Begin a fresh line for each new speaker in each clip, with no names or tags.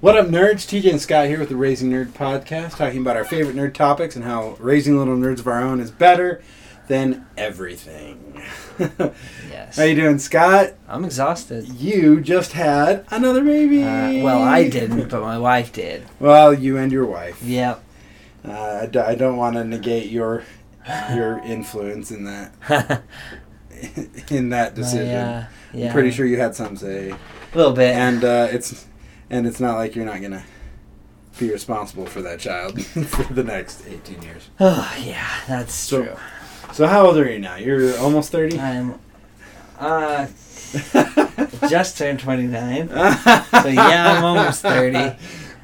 What up, nerds? TJ and Scott here with the Raising Nerd podcast, talking about our favorite nerd topics and how raising little nerds of our own is better than everything.
Yes.
how you doing, Scott?
I'm exhausted.
You just had another baby.
Uh, well, I didn't, but my wife did.
Well, you and your wife.
Yep.
Uh, I, d- I don't want to negate your your influence in that
My,
in that decision.
uh, yeah.
I'm pretty sure you had some say,
A little bit.
and uh, it's and it's not like you're not gonna be responsible for that child for the next 18 years.
oh, yeah, that's
So-
true.
So how old are you now? You're almost 30.
I'm. Uh, just turned 29. So yeah, I'm almost 30.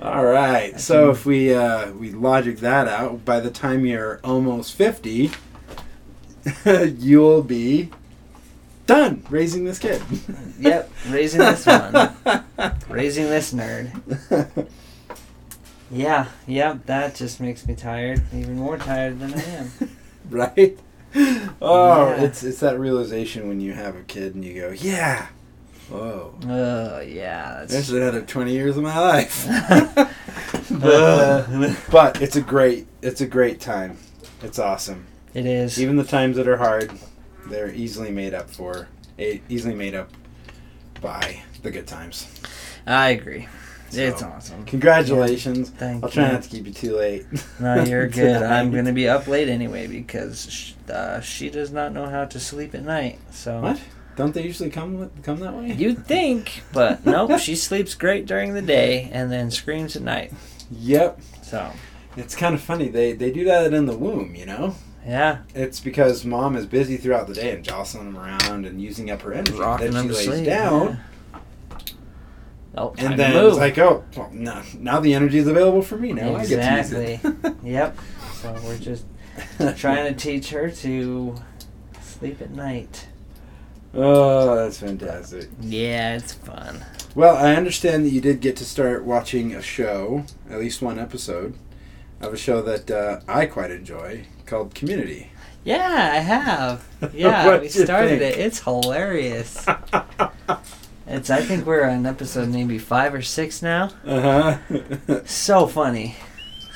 All right. so if we uh, we logic that out, by the time you're almost 50, you'll be done raising this kid.
Yep, raising this one. Raising this nerd. Yeah, yep, that just makes me tired. Even more tired than I am.
right? Oh,
Yeah.
it's it's that realization when you have a kid and you go, yeah, whoa,
Oh, yeah.
there's
That's,
another 20 years of my life. uh,
Ugh.
but it's a great it's a great time. It's awesome.
it is.
Even the times that are hard, they're easily made up for, e- easily made up by the good times.
I agree. It's
So,
awesome.
Congratulations.
Thank
I'll try
you.
not to keep you too late.
No, you're good. I'm
tonight.
gonna be up late anyway because sh- uh, she does not know how to sleep at night. So
What? Don't they usually come with- come that way?
you'd think, but nope. she sleeps great during the day and then screams at night.
Yep.
So
It's kind of funny. They they do that in the womb, you know?
yeah,
It's because mom is busy throughout the day and jostling him around and using up her energy.
rocking
then
them
she
to
lays
sleep.
down
yeah. Oh, time
and then
to move.
it's like, oh, well, no, now the energy is available for me. Now I get to use it.
yep. So we're just trying to teach her to sleep at night.
Oh, that's fantastic.
Yeah, it's fun.
Well, I understand that you did get to start watching a show, at least one episode, of a show that uh, I quite enjoy called Community.
Yeah, I have. Yeah,
What'd
we
you
started
think?
it. It's hilarious. It's. I think we're on episode maybe five or six now.
Uh huh.
So funny.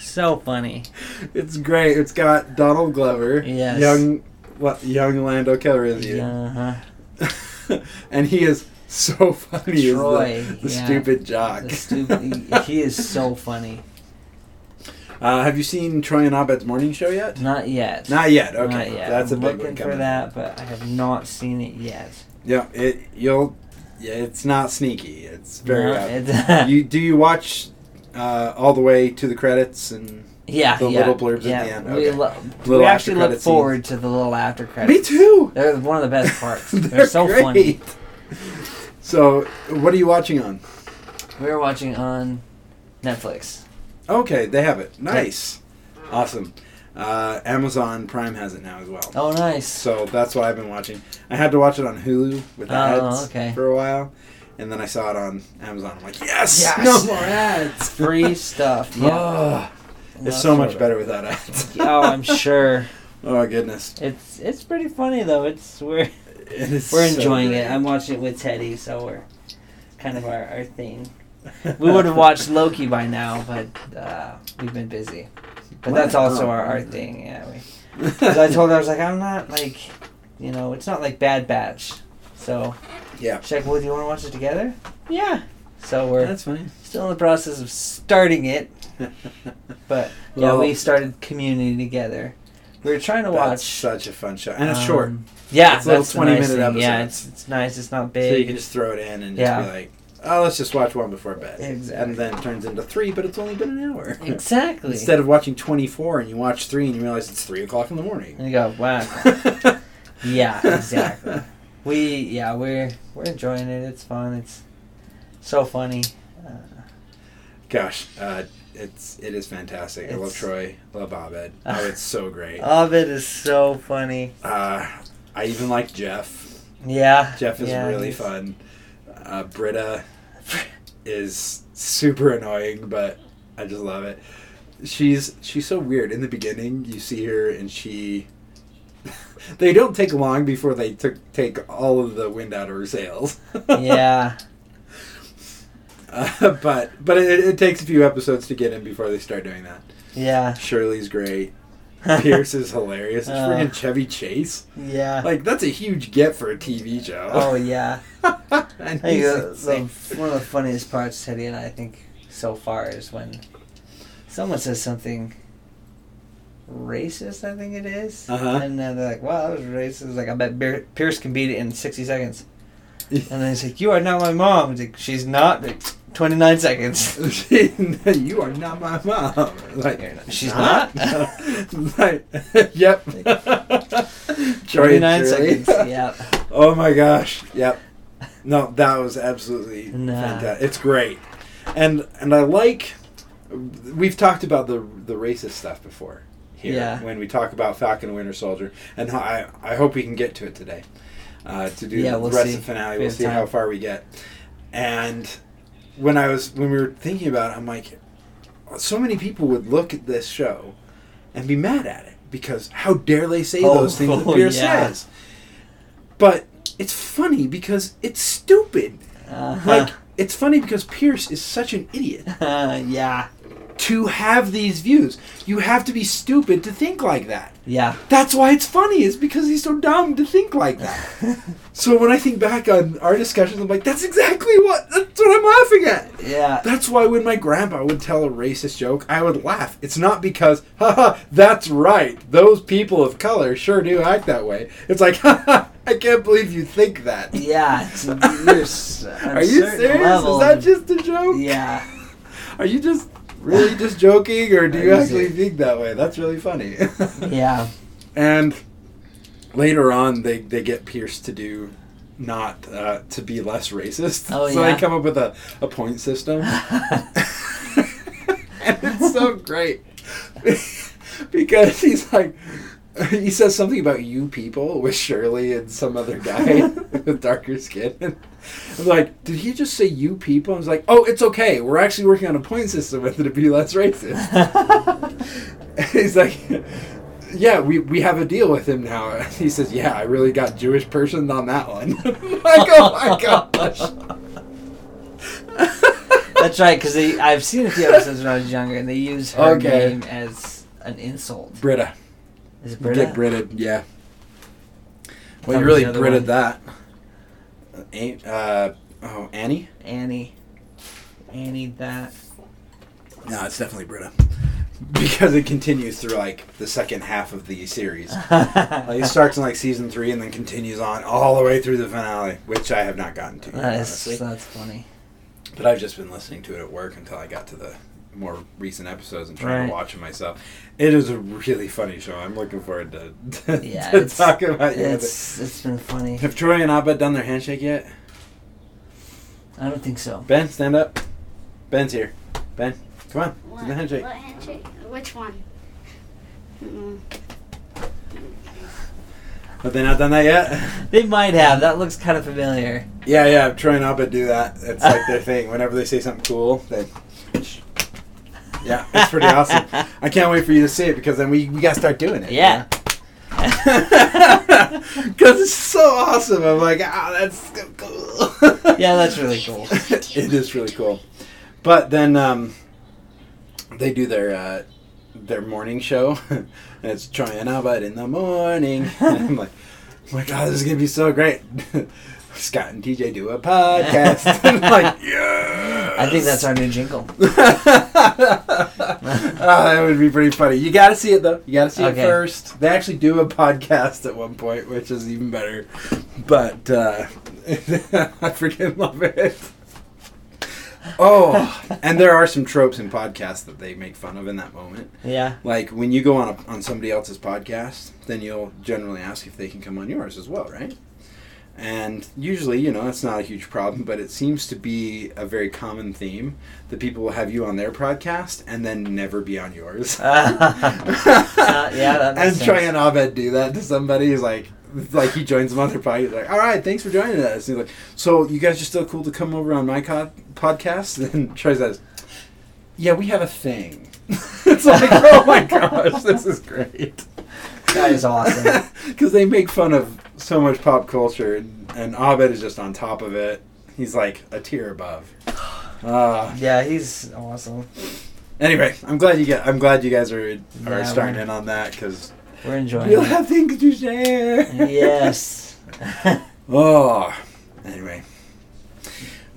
So funny.
it's great. It's got Donald Glover,
Yes.
young, what, young Lando Calrissian,
Uh-huh.
and he is so funny. as
Troy,
the, the
yeah.
stupid jock.
The stupid, he is so funny.
uh, have you seen Troy and Abed's morning show yet?
Not yet.
Not yet. Okay,
Not yet.
that's
I'm
a big
looking
one
for
coming.
that, but I have not seen it yet.
Yeah, it you'll. Yeah, it's not sneaky. It's very.
No,
obvious.
it's-
you do you watch uh, all the way to the credits and
yeah,
The
yeah,
little blurbs at
yeah.
the end,
We,
okay.
lo-
Little after
we actually
credit
look
scenes.
forward to the little after credits.
too.
They're one of the best parts. They're, so funny.
So, what are you watching on?
We were watching on Netflix.
Okay, they have it. Nice, awesome. Uh, Amazon Prime has it now as well.
Oh, nice.
So that's what I've been watching. I had to watch it on Hulu with the
Oh,
ads
okay.
for a while, and then I saw it on Amazon. I'm like, yes,
Yes.
no more ads.
Free stuff. Yeah.
Ah, it's
Love
so much
it.
better without ads.
oh, I'm sure.
Oh goodness,
It's it's pretty funny though. It's we're
It is
we're
so
enjoying
great.
it. I'm watching it with Teddy, so we're kind of our, our thing. We would have watched Loki by now, but uh, we've been busy. But that's
Wow.
also our, our thing. Yeah. We, 'cause I told her I was like, I'm not like, you know, it's not like Bad Batch. So
Yeah.
she's like, well, do you want to watch it together? Yeah. So we're
That's funny.
still in the process of starting it, but yeah,
Well-
we started Community together. We were trying to
That's
watch.
such a fun show, and it's short,
Um, Yeah,
It's little
that's
20
twenty nice
minute
minute Yeah,
episodes.
it's it's nice. It's not
so you
big.
can just throw it in and
Yeah.
just be like, "Oh, let's just watch one before bed,"
Exactly.
and then it turns into three, but it's only been an hour.
exactly.
Instead of watching twenty four, and you watch three, and you realize it's three o'clock in the morning.
and you go, wow. Yeah, exactly. we yeah we're we're enjoying it. It's fun. It's so funny. Uh,
Gosh, uh, it's it is fantastic. I love
It's-
Troy, love Abed. Oh, it's so great.
Ovid is so funny.
Uh, I even like Jeff.
Yeah.
Jeff is
yeah,
really
he's-
fun. Uh, Britta is super annoying, but I just love it. She's she's so weird. In the beginning, you see her, and she. they don't take long before they took take all of the wind out of her sails.
yeah.
Uh, but but it, it takes a few episodes to get in before they start doing that.
Yeah.
Shirley's great. Pierce is hilarious. It's
Uh.
friggin' Chevy Chase.
yeah.
Like that's a huge get for a TV show.
oh yeah. uh,
and
I think
he's
the,
insane.
the- one of the funniest parts, Teddy and I think, so far is when someone says something racist. I think it is,
Uh-huh.
and then they're like, "Wow, that was racist!" Like I bet Bear- Pierce can beat it in sixty seconds. And then he's like, "You are not my mom." He's like, She's not. Like, Twenty nine seconds.
you are not my mom. Like
You're not- she's
not? like, yep. Joy
Twenty
and
nine
Shirley.
seconds. Yeah.
Oh my gosh. Yep. No, that was absolutely
Nah.
fantastic. It's great, and and I like. We've talked about the the racist stuff before here
Yeah.
when we talk about Falcon and Winter Soldier, and how I I hope we can get to it today. Uh, to do
Yeah,
the
we'll
rest
see.
of the finale,
We
we'll
have
see
time.
how far we get. And when I was when we were thinking about it, I'm like, so many people would look at this show and be mad at it because how dare they say
Oh,
those things that
oh,
Pierce
yeah.
says. But it's funny because it's stupid.
Uh-huh. Uh,
Like it's funny because Pierce is such an idiot
yeah.
to have these views. You have to be stupid to think like that.
Yeah.
That's why it's funny is because he's so dumb to think like that. so when I think back on our discussions, I'm like, that's exactly what that's what I'm laughing at.
Yeah.
That's why when my grandpa would tell a racist joke, I would laugh. It's not because, haha, that's right. Those people of color sure do act that way. It's like, haha, I can't believe you think that.
Yeah. It's, you're s- on
Are
a
you
certain
serious? Is
level,
that just a joke?
Yeah.
Are you just really just joking or do
Are
you
you
actually
serious?
think that way? That's really funny.
Yeah.
and later on they, they get Pierce to do not uh, to be less racist.
Oh,
so
yeah.
they come up with a, a point system. and it's so great because he's like he says something about you people with Shirley and some other guy with darker skin. And I'm like, did he just say you people? I was like, oh, it's okay. We're actually working on a point system with it to be less racist. he's like, yeah, we, we have a deal with him now. He says, yeah, I really got Jewish person on that one. like, oh my gosh.
That's right, because I've seen a few episodes when I was younger, and they use her
Okay.
name as an insult.
Britta.
Is it Britta?
Get britted, yeah.
That
Well, you
was
really
the other
britted
one.
that. Uh, ain't- uh, oh, Annie?
Annie. Annie that.
No, it's definitely Britta. Because it continues through, like, the second half of the series. Like, it starts in, like, season three and then continues on all the way through the finale, which I have not gotten to,
that
honestly.
is, that's funny.
But I've just been listening to it at work until I got to the more recent episodes and trying
Right.
to watch them myself. It is a really funny show. I'm looking forward to, to,
Yeah,
to
it's-
talk about you with it.
It's, it's been funny.
Have Troy and Abba done their handshake yet?
I don't think so.
Ben, stand up. Ben's here. Ben, come on.
What,
Do the handshake.
what handshake? Which one? Mm-mm.
Have they not done that yet?
They might have. That looks kind of familiar.
yeah, yeah. Troy and Abba do that. It's like their thing. Whenever they say something cool, they. Yeah, it's pretty awesome. I can't wait for you to see it because then we, we gotta start doing it.
Yeah.
Because it's so awesome. I'm like, ah, that's so cool.
Yeah, that's really cool.
it is really cool. But then um, they do their uh, their morning show, and it's trying about in the morning. And I'm like, oh my god, this is gonna be so great. Scott and TJ do a podcast. I'm like, yeah.
I think that's our new jingle.
oh, that would be pretty funny. You got to see it though. You got to see
Okay.
it first. They actually do a podcast at one point, which is even better. But uh, I freaking love it. Oh, and there are some tropes in podcasts that they make fun of in that moment.
Yeah.
Like when you go on a, on somebody else's podcast, then you'll generally ask if they can come on yours as well, right? And usually, you know, that's not a huge problem, but it seems to be a very common theme that people will have you on their podcast and then never be on yours.
yeah, that makes
and Troy
sense.
and Abed do that to somebody who's like, like he joins them on their podcast. He's like, all right, thanks for joining us. And he's like, so you guys are still cool to come over on my co- podcast? And then Troy says, yeah, we have a thing. it's like, oh my gosh, this is great.
that is awesome.
Because they make fun of so much pop culture, and, and Abed is just on top of it. He's like a tier above. Uh,
Yeah, he's awesome.
anyway, I'm glad you get. I'm glad you guys are are
Yeah,
starting
we're-
in on that because
We're enjoying
you'll
it.
have things to share.
yes.
Oh, anyway.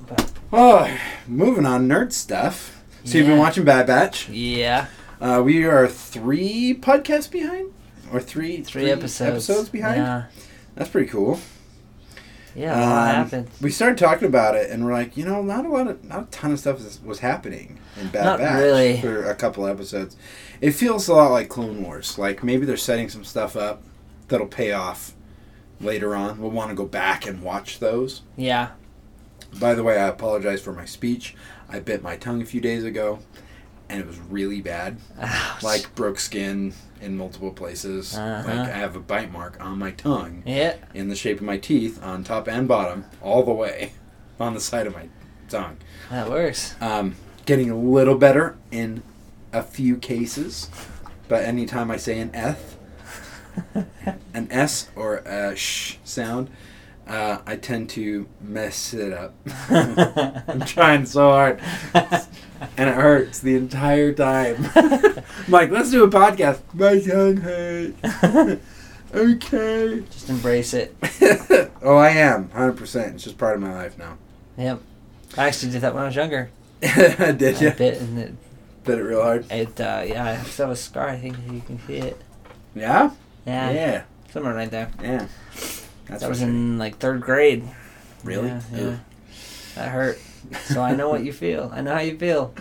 But-
Oh, moving on, nerd stuff. So you've been
Yeah.
watching Bad Batch.
yeah.
Uh, we are three podcasts behind, or three
Three, episodes.
behind.
Yeah.
That's pretty cool.
Yeah, a lot
Um,
happened.
We started talking about it, and we're like, you know, not a lot of, not a ton of stuff is, was happening in Bad
Not
Batch
really.
for a couple episodes. It feels a lot like Clone Wars. Like maybe they're setting some stuff up that'll pay off later on. We'll want to go back and watch those.
Yeah.
By the way, I apologize for my speech. I bit my tongue a few days ago, and it was really bad.
Ouch.
Like broke skin in multiple places.
Uh-huh.
Like I have a bite mark on my tongue
Yeah.
in the shape of my teeth, on top and bottom, all the way on the side of my tongue.
That works.
Um, getting a little better in a few cases, but anytime I say an F, an S or a sh sound, uh, I tend to mess it up. I'm trying so hard, and it hurts the entire time. I'm like, let's do a podcast. My tongue hurts. okay.
Just embrace it.
oh, I am 100%. It's just part of my life now.
Yep. I actually did that when I was younger.
Did you?
I bit and it,
Did it real hard?
it uh, yeah, I still have a scar. I think you can see it.
Yeah?
Yeah.
Yeah.
Somewhere right there.
Yeah. That's
that was
frustrating.
in like third grade.
Really?
Yeah. yeah.
Ooh.
That hurt. So I know what you feel. I know how you feel.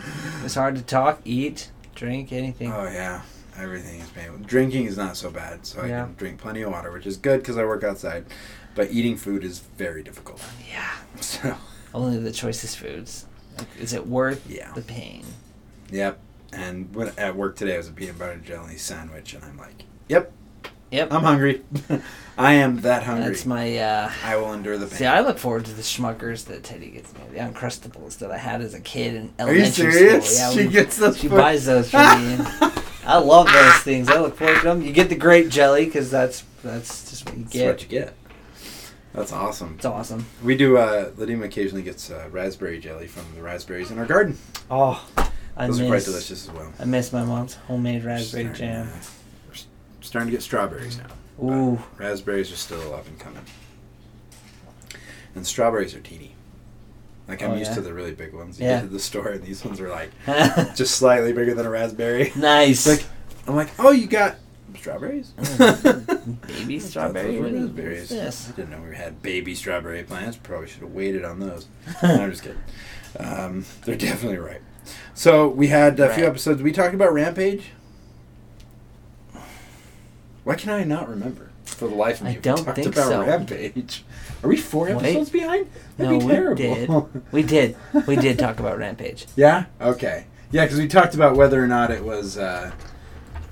It's hard to talk, eat, drink, anything.
Oh, yeah. Everything is painful. Drinking is not so bad, so I
Yeah.
can drink plenty of water, which is good because I work outside. But eating food is very difficult.
yeah.
So,
Only the choicest foods. Like, is it worth
yeah.
the pain?
Yep. And when, at work today, I was a peanut butter jelly sandwich, and I'm like, yep,
Yep.
I'm hungry. I am that hungry.
That's my uh
I will endure the pain.
See, I look forward to the schmuckers that Teddy gets me, the Uncrustables that I had as a kid in
Are you
elementary
serious?
school. Yeah,
she
we-
gets those.
she
for-
buys those for me. and I love those things. I look forward to them. You get the grape jelly because that's that's just what you
That's
get.
what you get. That's awesome.
It's awesome.
We do. Uh, Lydia occasionally gets uh, raspberry jelly from the raspberries in our garden.
Oh, I
Those
miss
are quite delicious as well.
I miss my mom's homemade raspberry
Starting,
jam.
uh, we're s- starting to get strawberries now.
Ooh,
Raspberries are still up and coming, and strawberries are teeny. Like I'm
Oh,
used
yeah.
to the really big ones. You
Yeah.
get to the store and these ones are like just slightly bigger than a raspberry.
nice.
Like- I'm like, oh, you got strawberries?
Oh, Baby
Those
strawberry.
were
What is
raspberries.
this?
I didn't know we had baby strawberry plants. Probably should have waited on those. No, I'm just kidding. Um, they're definitely right. So we had a few
Right.
episodes. We talked about Rampage. Why can I not remember for the life of
I
me? we
don't
talked
think
about
so.
Rampage. Are we four
Wait.
episodes behind? That'd
No,
be
we
terrible.
we did. We did talk about Rampage.
yeah. Okay. Yeah, because we talked about whether or not it was uh,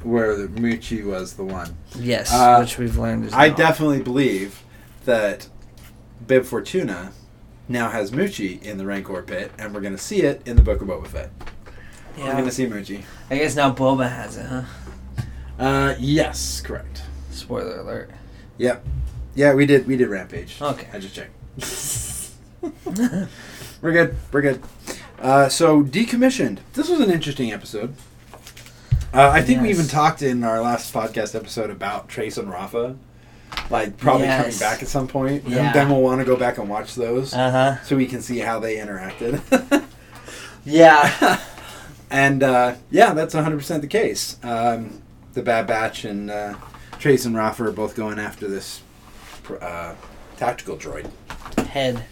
where the Muchi was the one.
Yes,
Uh,
which we've learned is
I
not.
definitely believe that Bib Fortuna now has Moochie in the Rancor pit, and we're going to see it in the Book of Boba Fett. We're
Yeah.
going to see Moochie.
I guess now Boba has it, huh?
Uh, yes, correct.
Spoiler alert.
Yeah, we did. We did Rampage.
Okay.
I just checked. We're good. We're good. Uh, so decommissioned. This was an interesting episode. Uh, I think we
Yes.
even talked in our last podcast episode about Trace and Rafa, like probably coming
Yes.
back at some point.
Yeah.
And then we'll want to go back and watch those.
Uh huh.
so we can see how they interacted.
Yeah.
and uh, yeah, that's 100% the case. Um, the Bad Batch and uh, Trace and Rafa are both going after this pr- uh, tactical droid.
Head.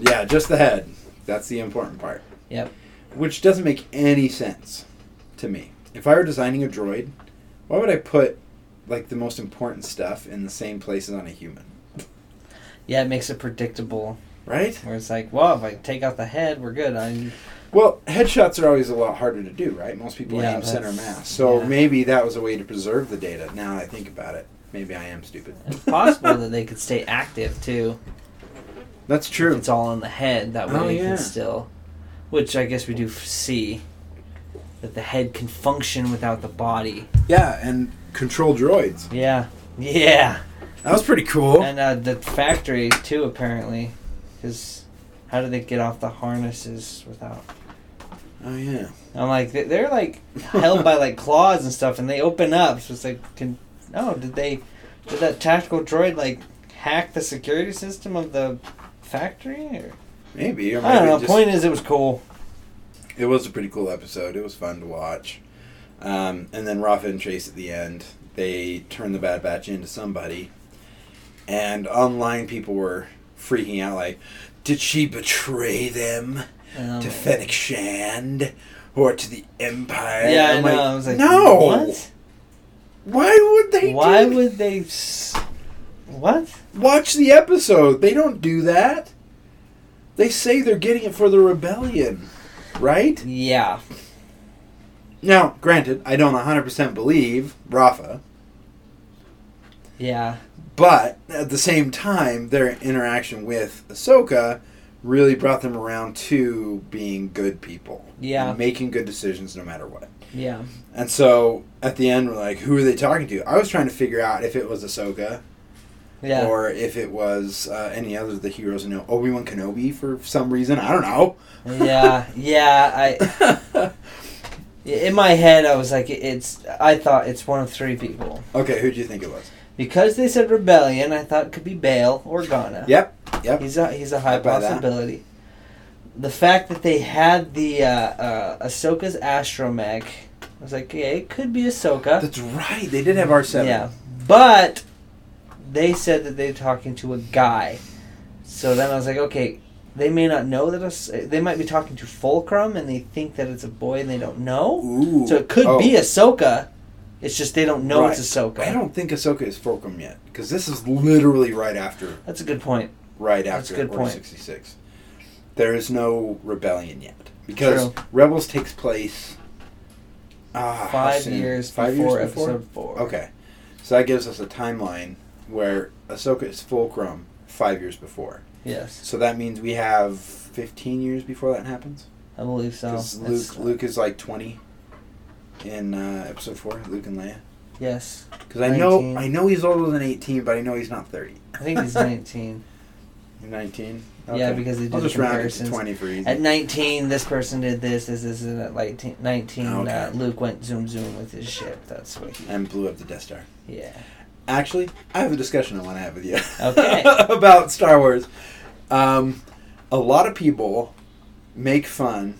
Yeah, just the head. That's the important part.
Yep.
Which doesn't make any sense to me. If I were designing a droid, why would I put like the most important stuff in the same places on a human?
Yeah, it makes it predictable.
Right?
Where it's like, well, if I take out the head, we're good. I
Well, headshots are always a lot harder to do, right? Most people
Yeah,
aim center
that's-
mass. So
yeah.
maybe that was a way to preserve the data. Now that I think about it, maybe I am stupid.
it's possible that they could stay active too.
That's
If
true.
It's all in the head. That way
Oh,
they
yeah.
can still, which I guess we do f- see, that the head can function without the body.
Yeah, and control droids.
Yeah. Yeah.
That was pretty cool.
And uh, the factory too, apparently, because how do they get off the harnesses without
Oh yeah.
I'm like, they- they're like held by like claws and stuff, and they open up. So it's like, can, oh, did they, did that tactical droid like hack the security system of the factory? Or?
Maybe. Or maybe
I don't know.
just-
Point is, it was cool.
It was a pretty cool episode. It was fun to watch. Um, and then Rafa and Chase at the end, they turned the Bad Batch into somebody. And online, people were freaking out like, did she betray them
Um,
to Fennec Shand or to the Empire?
yeah, I
I'm
know.
like,
I was like,
no!
What?
Why would they
Why
do that?"
would they? S- what?
Watch the episode. They don't do that. They say they're getting it for the rebellion, right?
Yeah.
Now, granted, I don't 100% believe Rafa,
Yeah.
but at the same time, their interaction with Ahsoka really brought them around to being good people.
Yeah.
and making good decisions no matter what.
Yeah.
And so at the end, we're like, who are they talking to? I was trying to figure out if it was Ahsoka
Yeah.
or if it was uh, any other of the heroes. I know Obi Wan Kenobi for some reason. I don't know.
yeah. Yeah. I. In my head, I was like, it's. I thought it's one of three people
okay, who do you think it was?
because they said rebellion. I thought it could be Bail or Ghana.
Yep. Yep.
He's a he's a high
I buy that.
possibility. The fact that they had the uh, uh, Ahsoka's astromech, I was like, yeah, it could be Ahsoka.
That's right. They did have R seven.
Yeah, but they said that they're talking to a guy. So then I was like, okay, they may not know that us. They might be talking to Fulcrum, and they think that it's a boy, and they don't know.
Ooh.
So it could
Oh.
be Ahsoka. It's just they don't know it's
Right.
Ahsoka.
I don't think Ahsoka is Fulcrum yet because this is literally right after,
That's a good point.
right
That's
after
a good
Order
point.
sixty six. There is no rebellion yet because
True.
Rebels takes place ah, how
Five
soon?
years
five
before
years before.
episode four.
Okay, so that gives us a timeline where Ahsoka is Fulcrum five years before.
Yes,
So that means we have fifteen years before that happens
I believe so.
because
Oh, That's-
Luke Luke is like twenty in uh, episode four. Luke and Leia.
Yes,
Because I know
19.
I know he's older than eighteen, but I know he's not thirty.
I think he's nineteen.
Nineteen.
Yeah, because they do
I'll
the
just round it to
comparisons.
twenty for easy.
At nineteen, this person did this. This isn't at like t- nineteen. Uh,
Okay.
Luke went zoom zoom with his ship. That's what he.
and blew up the Death Star.
Yeah.
Actually, I have a discussion I want to have with you.
Okay.
about Star Wars. Um, a lot of people make fun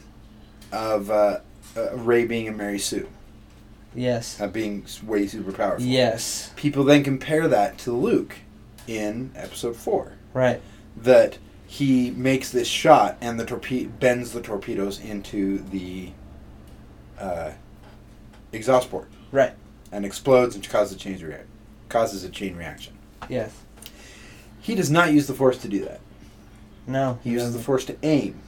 of uh, uh, Ray being a Mary Sue,
Yes.
uh, being s- way super powerful.
Yes.
People then compare that to Luke in Episode Four.
Right.
that he makes this shot and the torpedo bends the torpedoes into the uh, exhaust port
Right.
and explodes and causes a chain rea- causes a chain reaction.
Yes.
He does not use the force to do that.
No.
He uses the force to aim,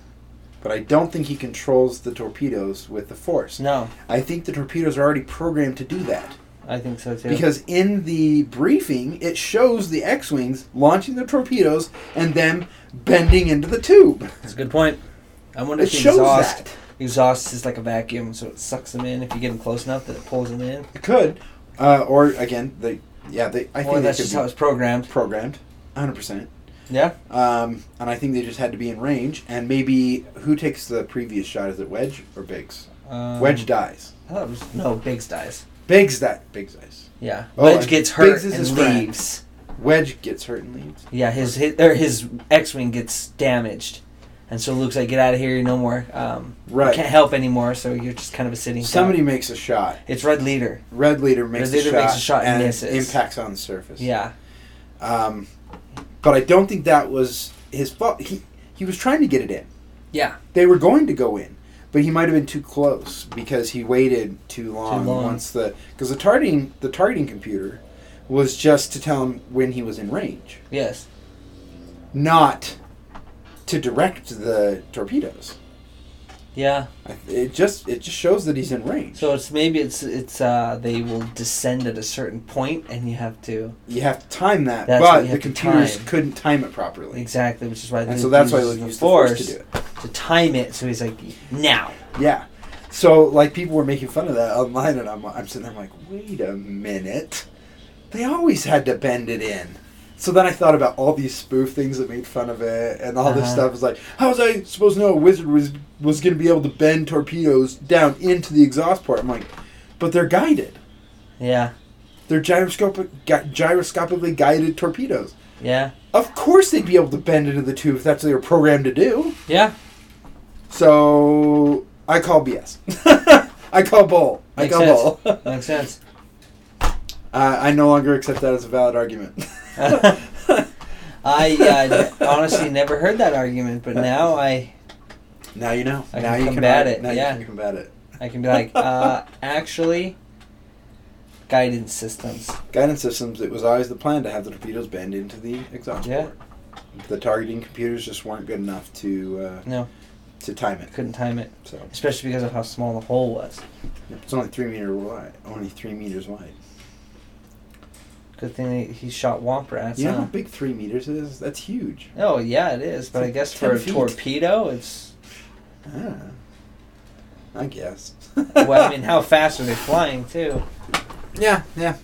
but I don't think he controls the torpedoes with the force.
No,
I think the torpedoes are already programmed to do that
I think so too.
because in the briefing it shows the X-wings launching the torpedoes and them bending into the tube.
it's a good point. I wonder
It
if the
shows
exhaust
that.
exhaust is like a vacuum, so it sucks them in. If you get them close enough, that it pulls them in.
It could, uh, or again, they yeah they. I think
or that's
that's
just
could
how
how
it's programmed.
programmed, hundred percent.
Yeah.
Um, and I think they just had to be in range, and maybe who takes the previous shot? Is it Wedge or Biggs?
Um,
Wedge dies.
I thought it was no Biggs dies.
Biggs that Biggs dies.
Yeah.
Oh,
Wedge
and Biggs
gets hurt
is his
and
friend.
leaves.
Wedge gets hurt and leaves.
Yeah, his his, or his X-wing gets damaged, and so Luke's like, "Get out of here! You're no more. Um, you
Right.
Can't help anymore. So you're just kind of a sitting. duck."
Somebody makes a shot.
It's Red Leader.
Red leader makes,
Red
a,
Leader
shot
makes a shot and
and
misses.
impacts on the surface.
Yeah.
Um, but I don't think that was his fault. He he was trying to get it in.
Yeah.
they were going to go in, but he might have been too close because he waited too long,
long.
once the because the targeting the targeting computer was just to tell him when he was in range,
Yes.
not to direct the torpedoes.
Yeah.
I- It just it just shows that he's in range.
So it's maybe it's it's uh they will descend at a certain point and you have to
you have to time that,
That's what
but
you
the
have to
computers
time.
couldn't time it properly,
exactly, which is why
and so that's why
uses
they used the force to do it.
to time it. So he's like now.
Yeah. So like people were making fun of that online, and I'm I'm sitting there I'm like, wait a minute, they always had to bend it in. So then I thought about all these spoof things that made fun of it and all this
Uh-huh.
stuff. was like, how was I supposed to know a wizard was was going to be able to bend torpedoes down into the exhaust port? I'm like, but they're guided.
Yeah.
They're gyroscopic, gy- gyroscopically guided torpedoes.
Yeah.
Of course they'd be able to bend into the tube if that's what they were programmed to do.
Yeah.
So I call BS. I call bull. I
Makes
call bull.
sense. Makes sense.
I, I no longer accept that as a valid argument.
I uh, honestly never heard that argument, but now I
Now you know.
I
now
can
you
combat
ar-
it,
Now
yeah.
you can combat it.
I can be like, uh, actually, guidance systems.
Guidance systems. It was always the plan to have the torpedoes bend into the exhaust
Yeah.
port. The targeting computers just weren't good enough to uh,
No.
to time it.
Couldn't time it,
So
especially because of how small the hole was.
it's only three meter wide. Only three meters wide.
Good thing they, he shot womp rats.
you know how
huh?
big three meters is? That's huge.
Oh yeah, it is. But I
It's
guess
like 10
for a
feet.
torpedo, it's
Ah, I guess.
well. I mean, how fast are they flying too?
Yeah, yeah.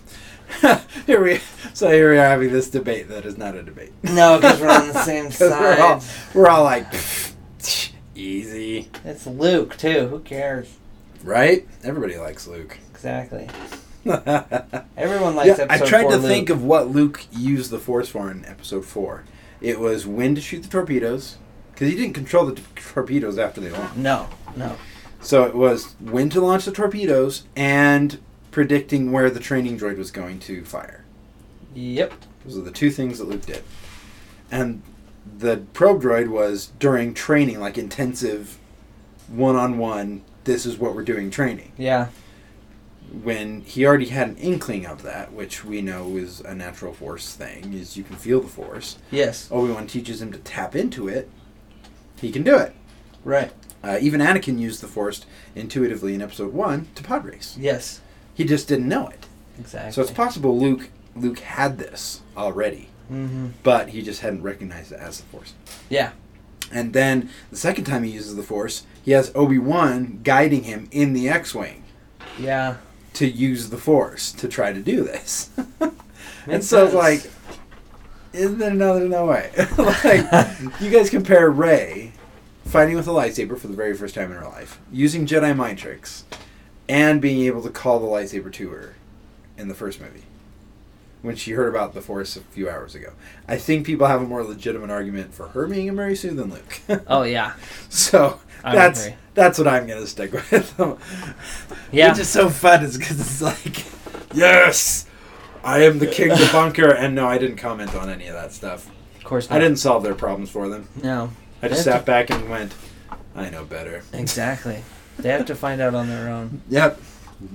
here we so here we are having this debate that is not a debate.
No, 'cause we're on the same
'Cause We're all,
side.
we're all like "Pfft, easy,
It's Luke too. Who cares?
right? Everybody likes Luke.
Exactly.
yeah,
Everyone likes
I
episode
tried
four
to
Luke.
think of what Luke used the Force for in Episode Four. It was when to shoot the torpedoes because he didn't control the t- torpedoes after they launched.
no, no.
So it was when to launch the torpedoes and predicting where the training droid was going to fire.
Yep.
Those are the two things that Luke did. And the probe droid was during training, like intensive one on one, this is what we're doing training.
Yeah.
When he already had an inkling of that, which we know is a natural force thing, is you can feel the force.
Yes.
Obi Wan teaches him to tap into it, he can do it.
Right.
Uh, even Anakin used the force intuitively in episode one to pod race.
Yes.
He just didn't know it.
Exactly.
So it's possible Luke Luke had this already.
mm-hmm.
but he just hadn't recognized it as the Force.
Yeah.
And then the second time he uses the Force, he has Obi Wan guiding him in the X-wing
Yeah.
to use the Force to try to do this. and
Makes
so, it's
sense.
like, isn't there another no way? like, you guys compare Rey fighting with a lightsaber for the very first time in her life, using Jedi mind tricks, and being able to call the lightsaber to her in the first movie when she heard about the Force a few hours ago. I think people have a more legitimate argument for her being a Mary Sue than Luke.
Oh yeah.
so
I would
that's
agree.
that's what I'm gonna stick with.
Yeah.
Which is so fun is because it's like, yes, I am the king of bunker, and no, I didn't comment on any of that stuff.
Of course. Not.
I didn't solve their problems for them.
No.
I just
That's-
sat back and went, I know better.
Exactly. they have to find out on their own.
Yep.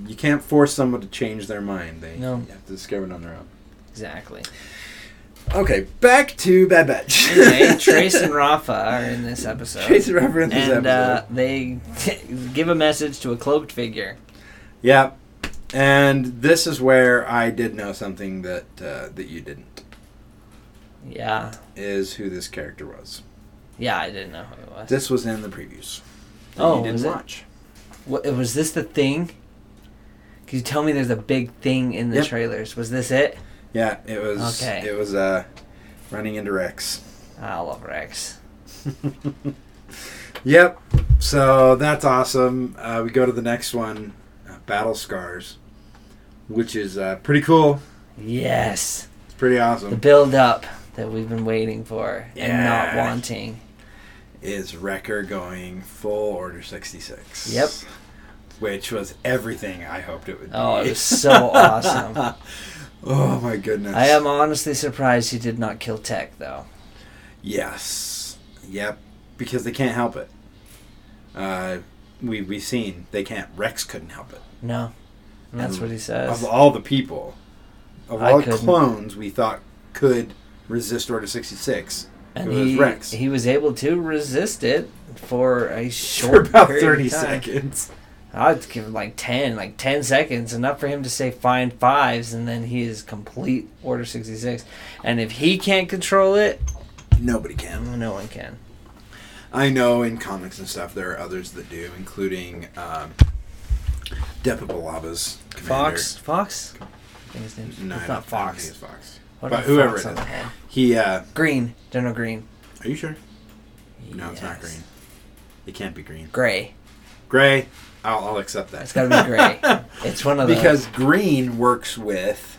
You can't force someone to change their mind. They
No.
have to discover it on their own.
Exactly.
Okay, back to Bad Batch.
Anyway, Trace and Rafa are in this episode.
Trace and Rafa are in this
and uh,
episode.
they give a message to a cloaked figure.
Yep. And this is where I did know something that uh, that you didn't
Yeah.
is who this character was.
Yeah, I didn't know who it was.
This was in the previews. that
Oh,
you didn't
was it?
watch.
What, was this the thing? Could you tell me there's a big thing in the
Yep.
trailers? Was this it?
Yeah, it was.
Okay.
It was uh, running into Rex.
I love Rex.
Yep. So that's awesome. Uh, we go to the next one, uh, Battle Scars, which is uh, pretty cool.
Yes.
It's pretty
The
awesome.
build up that we've been waiting for and not
Yeah.
wanting.
Is Wrecker going full Order sixty six?
Yep.
Which was everything I hoped it would be.
Oh, it was so awesome.
Oh my goodness.
I am honestly surprised he did not kill Tech though.
Yes. Yep. Because they can't help it. Uh, we we've seen they can't. Rex couldn't help it.
No. That's
Mm.
what he says.
of all the people, of
I
all the
couldn't.
clones we thought could resist Order 66
And
It was
he,
Rex.
he was able to resist it for a
for
short
about
period of
30
time.
seconds.
I'd give him like 10, like 10 seconds, enough for him to say find fives, and then he is complete Order 66. And if he can't control it,
Nobody can.
no one can.
I know in comics and stuff there are others that do, including um, Depa Balaba's commander.
Fox? Fox? I think his name's
No,
it's
I don't- I
not
don't think
Fox.
It's Fox.
What
By
about
whoever
Fox
it
on
is.
the head?
He, uh,
Green, General Green.
are you sure? No, it's not
Yes.
green. It can't be green.
Gray.
Gray, I'll, I'll accept that.
It's gotta be gray. It's one of those.
because green works with.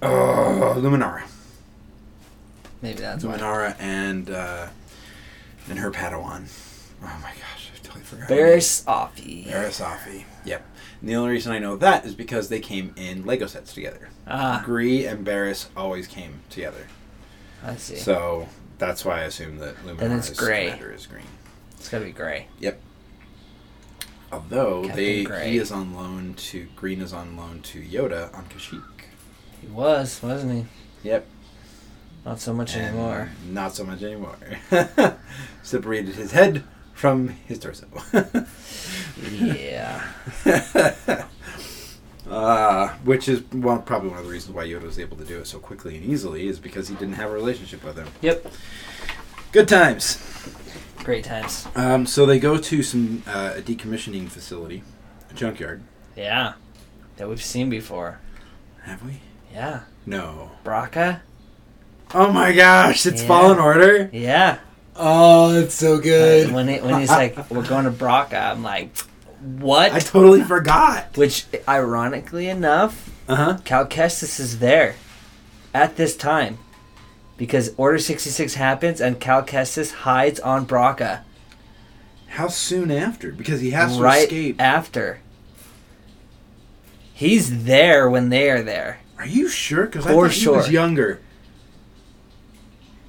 Oh, Luminara.
maybe that's why.
Luminara and uh, and her Padawan. Oh my gosh, I totally forgot.
Barris Offie.
Barisafi. Yep. And the only reason I know that is because they came in Lego sets together.
Ah,
Gree and Barris always came together.
I see.
So that's why I assume that
Then it's
Luminara's
gray.
commander is green.
it's gotta be gray.
Although
Captain
they
Gray.
he is on loan to Green is on loan to Yoda on Kashyyyk.
He was, wasn't he?
Yep.
Not so much
And
anymore.
Not so much anymore. Separated his head from his torso.
yeah.
uh, which is one, probably one of the reasons why Yoda was able to do it so quickly and easily is because he didn't have a relationship with him.
Yep.
Good times.
Great times.
Um, so they go to some uh, a decommissioning facility, a junkyard.
Yeah. That we've seen before.
Have we?
Yeah.
No.
Braca?
Oh my gosh! It's
Yeah.
Fallen Order.
Yeah.
Oh, it's so good.
When it, when he's like, we're going to Braca, I'm like, what?
I totally forgot.
Which, ironically enough,
Uh huh.
Cal Kestis is there at this time because Order 66 happens and Cal Kestis hides on Braca
How soon after? Because he has to
right
escape.
after. He's there when they are there.
Are you sure? Because I
For
thought he was
sure.
younger.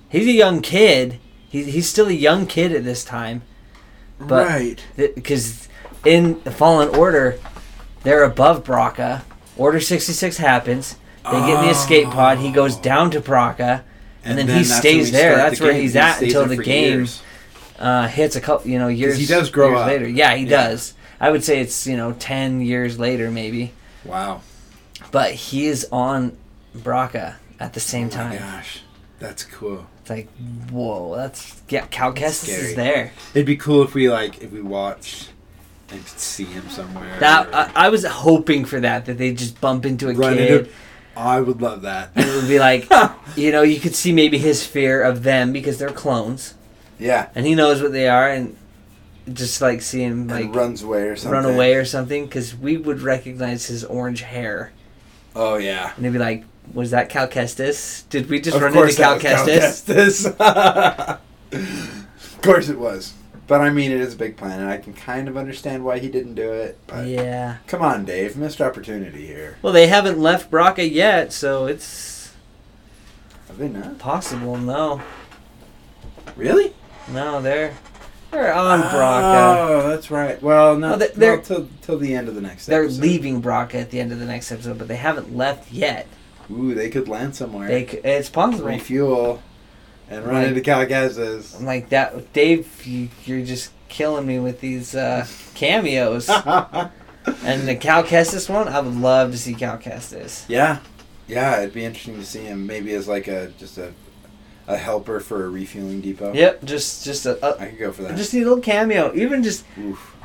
He's a young kid. He, he's still a young kid at this time But-
right.
because in the Fallen Order, they're above Braca. Order 66 happens. They get in the escape pod. He goes
Oh.
down to Braca. and then he
that's when
stays
we
there.
start the
That's where
game.
he's
He
at
stays
until
there
the
for
game.
years.
uh, hits a couple, you know, years.
he does grow
years
up.
later. Yeah, he
Yeah.
does. I would say it's you know ten years later maybe,
Wow.
but he is on Braca at the same
Oh my
time.
gosh, that's cool.
It's like whoa, that's yeah. Cal
That's
Kestis is
scary.
there.
It'd be cool if we like if we watched and could see him somewhere.
That
or
I, I was hoping for that that they just bump into a
run
kid.
into- I would love that.
and it would be like you know you could see maybe his fear of them because they're clones
yeah,
and he knows what they are and just like see him
and
like
runs away or something.
run away or something because we would recognize his orange hair.
Oh yeah.
And they'd be like, was that Cal Kestis? Did we just
Of
run into
course
Cal
that
Kestis?
was Cal Kestis. of course it was. But I mean, it is a big plan, and I can kind of understand why he didn't do it. But
Yeah.
come on, Dave, missed opportunity here.
Well, they haven't left Braca yet, so it's
Have they not?
possible. No.
Really?
No, they're, they're on Braca.
Oh, that's right. Well,
No,
not,
they- they're-
not till till the end of the next.
They're
episode.
leaving Braca at the end of the next episode, but they haven't left yet.
Ooh, they could land somewhere.
They c- It's possible.
refuel and run
Right.
into Calgazes.
I'm like, that, Dave, you, you're just killing me with these uh, cameos. and the Cal Kestis one, I would love to see Cal Kestis.
yeah, yeah, it'd be interesting to see him maybe as like a just a a helper for a refueling depot.
Yep, just just a, a
I could go for that.
just need a little cameo, even just
Oof.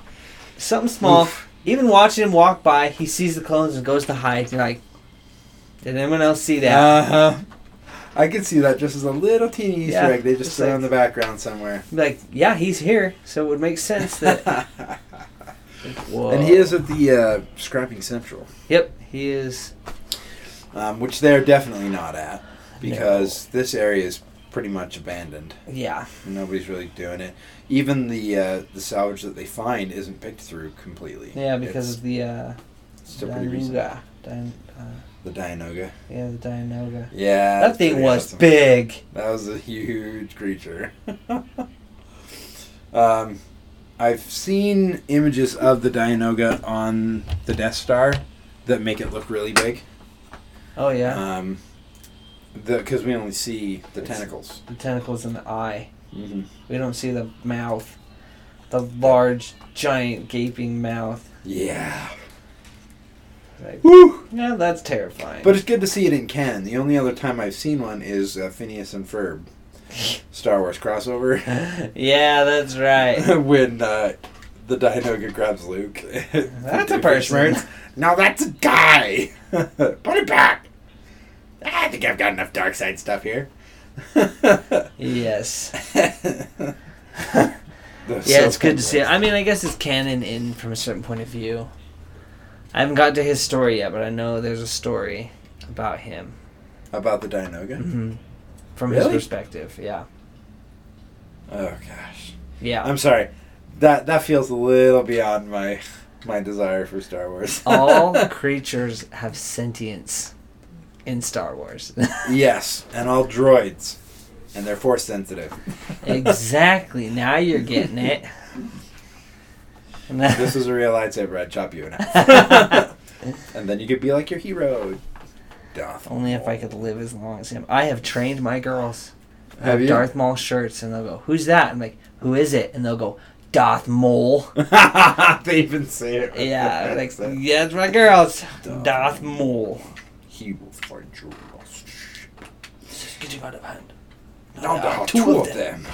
something small.
Oof.
Even watching him walk by, he sees the clones and goes to hide. You're like, did anyone else see that?
Uh-huh. I could see that just as a little teeny Easter
Yeah,
egg they just
just
throw
like-
in the background somewhere.
like, yeah, he's here, so it would make sense that. Whoa.
and he is at the uh, scrapping central,
Yep, he is.
um, which they're definitely not at because this area is pretty much abandoned.
Yeah,
Nobody's really doing it. Even the uh, the salvage that they find isn't picked through completely.
yeah, because
it's
of the uh,
still pretty recent.
Dianoga. Din, uh,
The Dianoga.
yeah, the Dianoga.
Yeah,
That
it's
thing
pretty
was
awesome.
big.
That was a huge creature. um, I've seen images of the Dianoga on the Death Star that make it look really big.
Oh yeah,
Um, because we only see the
It's-
tentacles.
the tentacles in the eye.
Mm-hmm.
We don't see the mouth, the large, giant, gaping mouth.
Yeah.
Like,
Woo!
yeah, that's terrifying.
But it's good to see it in Ken. The only other time I've seen one is uh, Phineas and Ferb, Star Wars crossover,
yeah, that's right.
when uh, the Dinoga grabs Luke.
That's a person.
Now that's a guy. Put it back. I think I've got enough dark side stuff here.
Yes.
yeah,
yeah, it's good to see it. I mean, I guess it's canon in from a certain point of view. I haven't got to his story yet, but I know there's a story about him Mm-hmm.
About the Dianoga?
from his
Really?
perspective. Yeah,
Oh gosh.
yeah.
I'm sorry. That that feels a little beyond my my desire for Star Wars.
All creatures have sentience in Star Wars.
Yes, and all droids. And they're force sensitive.
exactly. Now you're getting it.
this is a real lightsaber, I'd chop you in half. and then you could be like your hero. Darth.
Only if I could live as long as him. I have trained my girls. I
Have you?
Darth Maul shirts, and they'll go, "Who's that?" I'm like, "Who is it?" And they'll go, "Darth Maul."
they even say it. with
Yeah,
that
like
accent.
yeah, it's my girls.
Darth
Darth Maul.
He will find you lost.
Get you out of hand.
Now there are two, of them.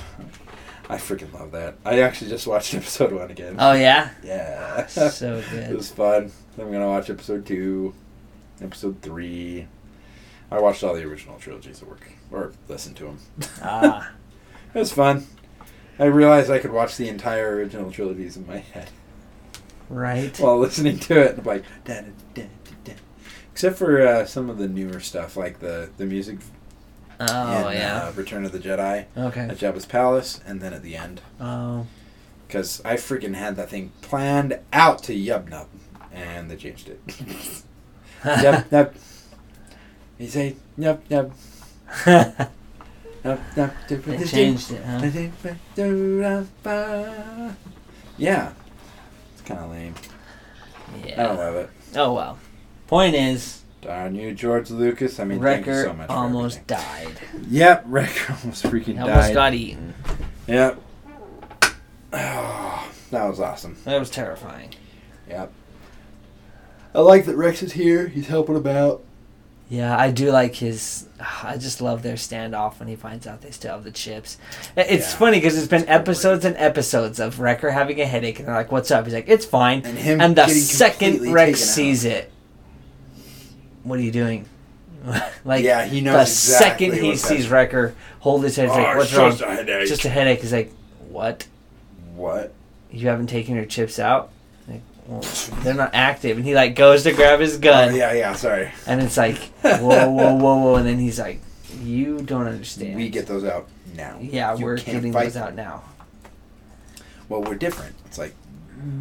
I freaking love that. I actually just watched episode one again.
Oh yeah,
yeah.
so
It
good.
was fun. I'm gonna watch episode two, episode three. I watched all the original trilogies at work, or listened to them.
Ah,
It was fun. I realized I could watch the entire original trilogies in my head
right.
while listening to it. And I'm like, da da da da. da. Except for uh, some of the newer stuff, like the the music
oh
in
yeah.
uh, Return of the Jedi
Okay.
at Jabba's palace, and then at the end,
Oh,
because I freaking had that thing planned out to Yub Nub, and they changed it. yep, yep. He say, yep, yep, yep, yep.
they changed it, huh?
Yeah. It's kind of lame. I don't
Yeah.
love it.
Oh well. Point is,
Darn you, George Lucas. I mean, thank you
Wrecker
so much. for
almost died.
everything. Yep, Wrecker almost freaking
Almost
died.
got eaten.
Yep. Oh, that was awesome.
That was terrifying.
Yep. I like that Rex is here. He's helping about.
Yeah, I do like his. I just love their standoff when he finds out they still have the chips. I- It's
Yeah.
funny because it's been
It's totally-
episodes and episodes of Wrecker having a headache, and they're like, "What's up?" He's like, "It's fine."
And him
and the
getting
second
completely
Rex
taken out.
sees it, what are you doing? like,
Yeah, he knows
the
exactly
second he
what's
sees Wrecker hold his head, he's like,
Oh,
"What's
it's
wrong?"
just a headache.
Just a headache. He's like, "What?
What?
You haven't taken your chips out?" Like, well, they're not active, and he like goes to grab his gun.
Oh, yeah, yeah, sorry.
And it's like, whoa, whoa, whoa, whoa. And then he's like, you don't understand.
We get those out now.
Yeah,
You
we're
can't
getting
fight
those out now.
Well, we're different. It's like,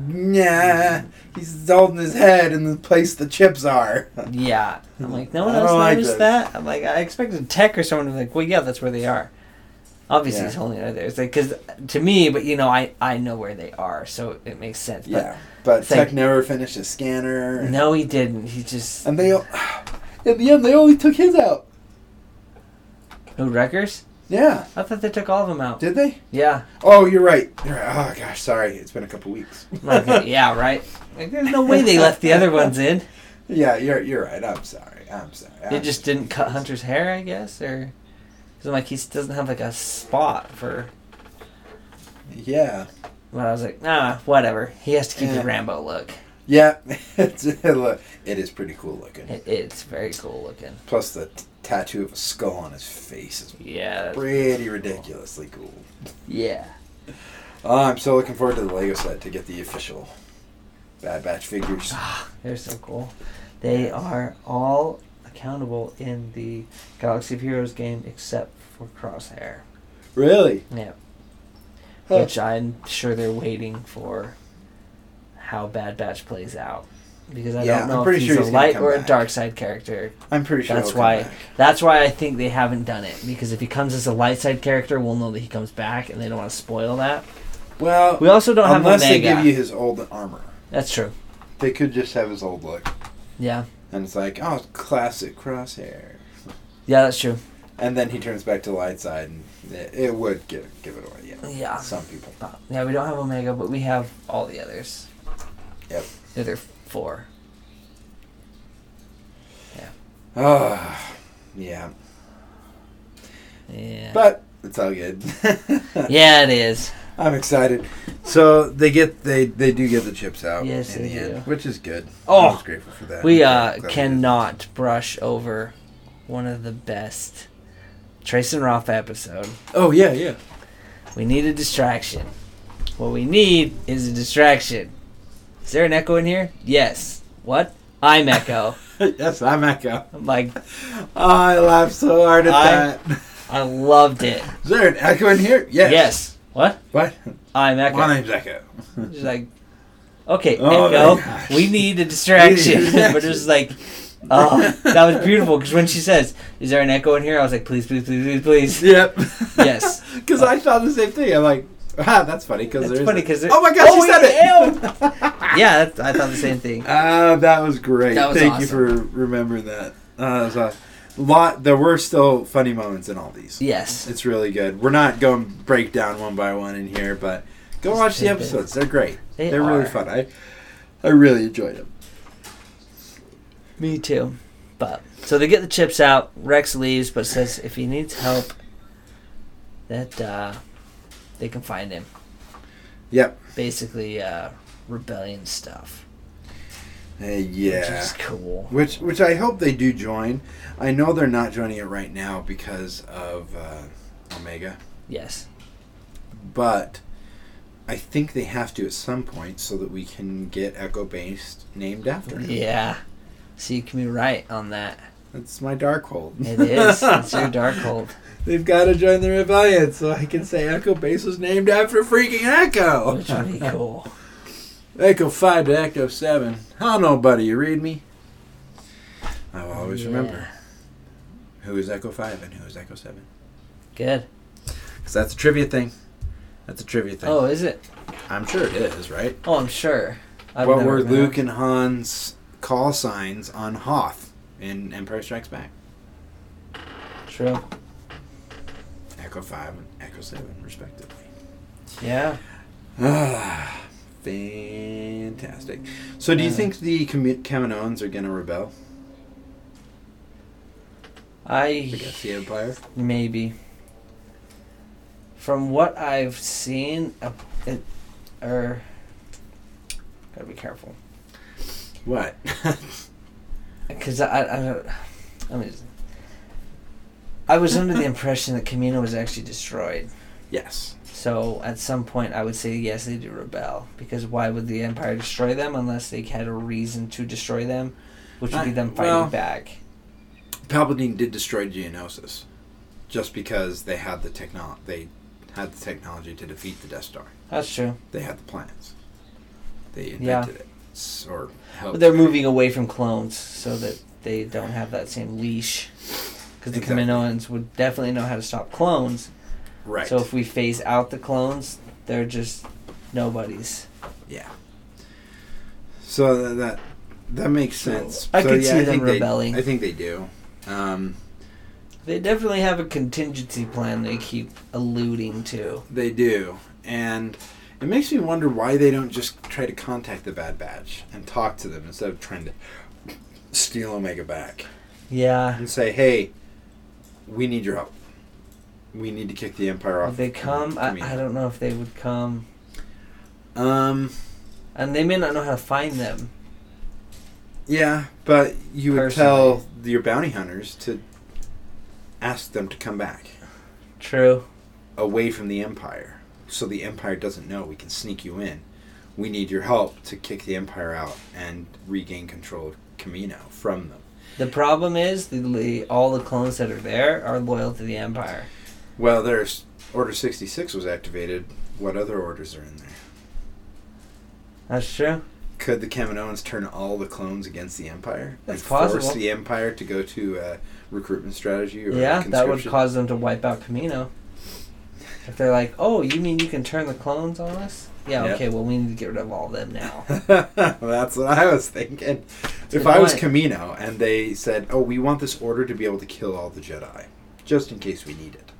nah, he's holding his head in the place the chips are.
Yeah. I'm like, no one
I don't
else
like
noticed
this.
that? I'm like, I expected tech or someone to be like, well, yeah, that's where they are. Obviously,
Yeah.
he's holding it out there. It's like, because to me, but you know, I, I know where they are, so it makes sense.
yeah, but
Thank-
Tech never finished his scanner.
But no, he didn't. He just.
and they, o- in the end, they only took his out.
Who, Wreckers?
Yeah,
I thought they took all of them out.
did they?
Yeah.
Oh, you're right. You're right. Oh gosh, sorry. It's been a couple weeks.
Like, yeah, right? Like, there's no way they left the other ones in.
yeah, you're you're right. I'm sorry. I'm sorry.
They
I'm
just didn't cut Hunter's hair, I guess, or because I'm like he doesn't have like a spot for.
yeah,
But I was like, nah, whatever. He has to keep
Yeah.
the Rambo look.
yeah. it's it is pretty cool looking.
It, it's very cool looking.
Plus the t- tattoo of a skull on his face is
Yeah. that's-
pretty ridiculously cool.
Yeah.
Oh, I'm so looking forward to the Lego set to get the official Bad Batch figures.
They're so cool. They are all accountable in the Galaxy of Heroes game except for Crosshair.
Really?
Yeah.
Huh.
Which I'm sure they're waiting for how Bad Batch plays out. Because I
Yeah,
don't
I'm
know if
pretty
he's
sure
a
he's gonna
light
come
or a
back.
dark side character.
I'm pretty sure.
That's
he'll come
why-
back.
That's why I think they haven't done it because if he comes as a light side character, we'll know that he comes back, and they don't want to spoil that.
Well,
We also don't have
unless they
Omega.
give you his old armor,
That's true.
they could just have his old look,
Yeah,
and it's like, oh, classic crosshair.
yeah, that's true.
And then he turns back to the light side, and it, it would give give it away. Yeah.
Yeah,
Some people.
uh, yeah. We don't have Omega, but we have all the others.
Yep.
The other four.
Ah, yeah.
Yeah.
But it's all good.
yeah, it is.
I'm excited. So they get they they do get the chips out.
Yes,
in
they
the
do.
End, which is good.
Oh,
I was grateful for that. I'm
We
glad
uh
we did.
cannot brush over one of the best Trace and Roth episode.
Oh yeah, yeah.
We need a distraction. What we need is a distraction. Is there an echo in here? Yes. What? I'm Echo.
yes, I'm Echo.
I'm like,
Oh, I laughed so hard at
I-
that.
I loved it.
Is there an Echo in here? Yes.
Yes. What?
What?
I'm Echo.
My name's Echo.
She's like, okay,
Oh, my
Echo,
gosh.
we need a distraction.
We need a
but it's like, oh, that was beautiful. Because when she says, is there an echo in here? I was like, please, please, please, please, please.
Yep.
Yes.
Because I thought the same thing. I'm like, ah, that's funny. Because
That's funny 'cause there-
oh my gosh,
Oh,
you said it.
Yeah, that, I thought the same thing.
Ah, that was great.
That was
Thank you
awesome.
for remembering that. Uh, that was awesome. Lot. There were still funny moments in all these.
Yes.
It's really good. We're not going to break down one by one in here, but go
Just
watch the
tidbits.
episodes. They're great.
They
They're really
are.
fun. I I really enjoyed them.
Me too. But so they get the chips out. Rex leaves, but says if he needs help, that uh, they can find him.
Yep.
Basically, uh, rebellion stuff.
Uh,
Which
yeah.
is cool.
Which which I hope they do join. I know they're not joining it right now because of uh, Omega,
Yes.
but I think they have to at some point so that we can get Echo Base named after him.
Yeah. So you can be right on that.
That's my dark hold.
It is. it's your dark hold.
They've got to join the rebellion so I can say Echo Base was named after freaking Echo.
Which would be cool.
Echo 5 to Echo 7. How nobody, you read me? I will always remember who is Echo 5 and who is Echo 7.
Good.
Because that's a trivia thing. That's a trivia thing.
Oh, is it?
I'm sure it is, right?
Oh, I'm sure. I've
what
never
were
been
Luke
on-
and Han's call signs on Hoth in Empire Strikes Back?
True.
Echo 5 and Echo 7, respectively.
Yeah.
Ah, fantastic. So, do you
Yeah.
think the commu- Kaminoans are going to rebel
I
against the Empire?
maybe. From what I've seen, uh, it, or gotta be careful
What?
because I, I don't. Let me. Just, I was under the impression that Camino was actually destroyed.
yes.
So at some point, I would say yes, they do rebel because why would the Empire destroy them unless they had a reason to destroy them, which would be
I-
them fighting
well-
back.
Palpatine did destroy Geonosis, just because they had the technol they had the technology to defeat the Death Star.
That's true.
They had the plans. They invented
Yeah.
it, S- or helped.
But they're moving away from clones so that they don't have that same leash. Because the
Exactly.
Kaminoans would definitely know how to stop clones.
right.
So if we phase out the clones, they're just nobodies.
yeah. So tha- that that makes sense.
I
so,
could
yeah,
see
I
them
think they-
rebelling.
I think they do. Um,
They definitely have a contingency plan they keep alluding to.
they do, and it makes me wonder why they don't just try to contact the Bad Batch and talk to them instead of trying to steal Omega back.
Yeah.
and say, "Hey, we need your help. We need to kick the Empire off."
Would they come? I,
mean,
I don't know if they would come.
Um,
And they may not know how to find them.
yeah, but you would
Personally.
tell your bounty hunters to ask them to come back
True.
away from the Empire, so the Empire doesn't know we can sneak you in. We need your help to kick the Empire out and regain control of Camino from them.
The problem is the, the all the clones that are there are loyal to the Empire.
Well, there's Order sixty six was activated. What other orders are in there?
That's true.
Could the Kaminoans turn all the clones against the Empire?
That's
Force
possible.
the Empire to go to uh, recruitment strategy or
yeah, that would
conscription?
cause them to wipe out Camino. If they're like, oh, you mean you can turn the clones on us? Yeah,
Yeah.
okay, well, we need to get rid of all of them now.
That's what I was thinking.
good
If I was
point.
Camino and they said, "Oh, we want this order to be able to kill all the Jedi, just in case we need it,"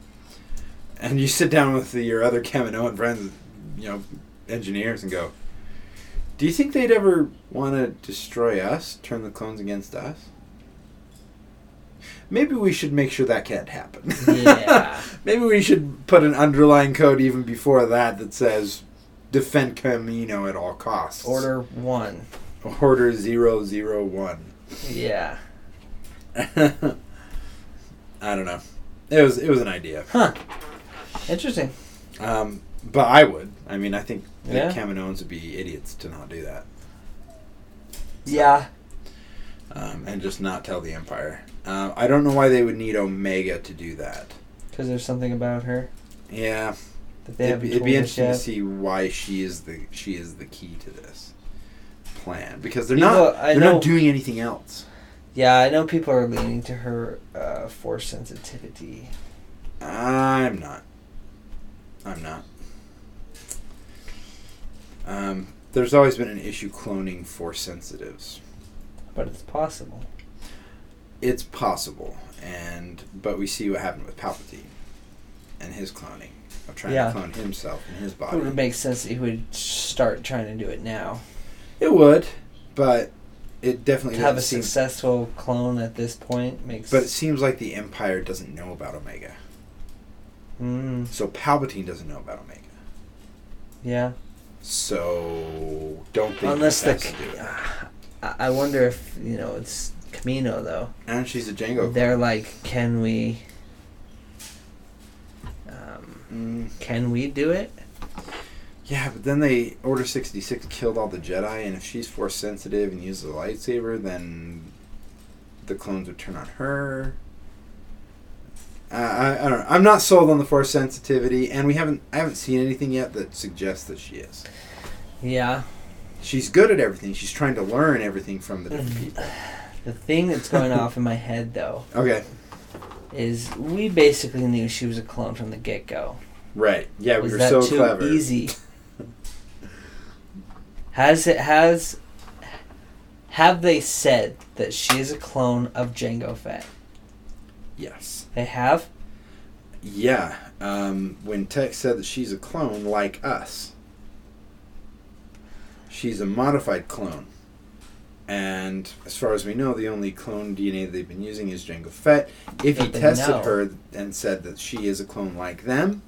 and you sit down with the, your other Kaminoan friends, you know, engineers, and go, "Do you think they'd ever want to destroy us? Turn the clones against us?" Maybe we should make sure that can't happen.
Yeah.
Maybe we should put an underlying code even before that that says defend Camino at all costs.
Order one.
Order 001.
Yeah.
I don't know. It was it was an idea.
Huh. Interesting.
Um, but I would. I mean, I think the
Yeah.
Kaminoans would be idiots to not do that
Yeah.
um, and just not tell the Empire. Um, I don't know why they would need Omega to do that.
Because there's something about her
Yeah,
that they
it'd,
haven't
be-
told
it'd be
us
interesting to
yet.
see why she is the she is the key to this plan because they're
People-
not
I
they're
know-
not doing anything else.
Yeah, I know people are leaning to her uh, force sensitivity.
I'm not. I'm not. Um, there's always been an issue cloning force sensitives.
But it's possible.
it's possible and but we see what happened with palpatine and his cloning of trying
Yeah.
to clone himself and his
It would
body
make sense that he would start trying to do it now.
it would but it definitely
to have a
doesn't seem-
successful clone at this point makes.
but it seems like the empire doesn't know about omega
mm,
so palpatine doesn't know about omega
yeah.
so don't think unless
Unless the.
has to do it.
I I wonder if, you know, it's Camino, though.
and she's a Django.
They're like, can we. Um,
Mm,
can we do it?
yeah, but then they Order sixty six killed all the Jedi, and if she's force sensitive and uses a lightsaber, then the clones would turn on her. Uh, I, I don't know. I'm not sold on the force sensitivity, and we haven't I haven't seen anything yet that suggests that she is.
Yeah.
She's good at everything. She's trying to learn everything from the
Mm.
different people.
The thing that's going off in my head, though,
Okay,
is we basically knew she was a clone from the get go.
right? Yeah, we
was
were
that
so
too
clever.
easy? has it has have they said that she is a clone of Django Fett?
Yes.
They have.
Yeah. Um, when Tech said that she's a clone like us, she's a modified clone. And as far as we know, the only clone DNA they've been using is Jango Fett. If he
But they
tested
know.
her and said that she is a clone like them,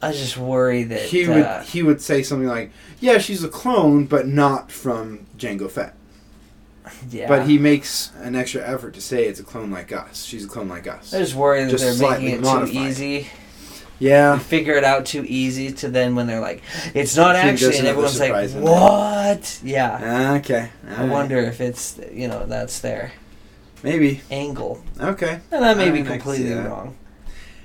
I just worry that
he
uh,
would he would say something like, "Yeah, she's a clone, but not from Jango Fett."
yeah.
But he makes an extra effort to say it's a clone like us. She's a clone like us.
I just worry that
just
they're making
slightly
it
modified.
too easy. They
Yeah,
figure it out too easy to then when they're like, it's not
She
actually,
doesn't have
and
the
everyone's like,
surprise in there.
what? Yeah.
Okay.
I wonder if it's you know that's their
Maybe.
angle,
Okay.
and I
I
may be
can see
completely
that.
wrong.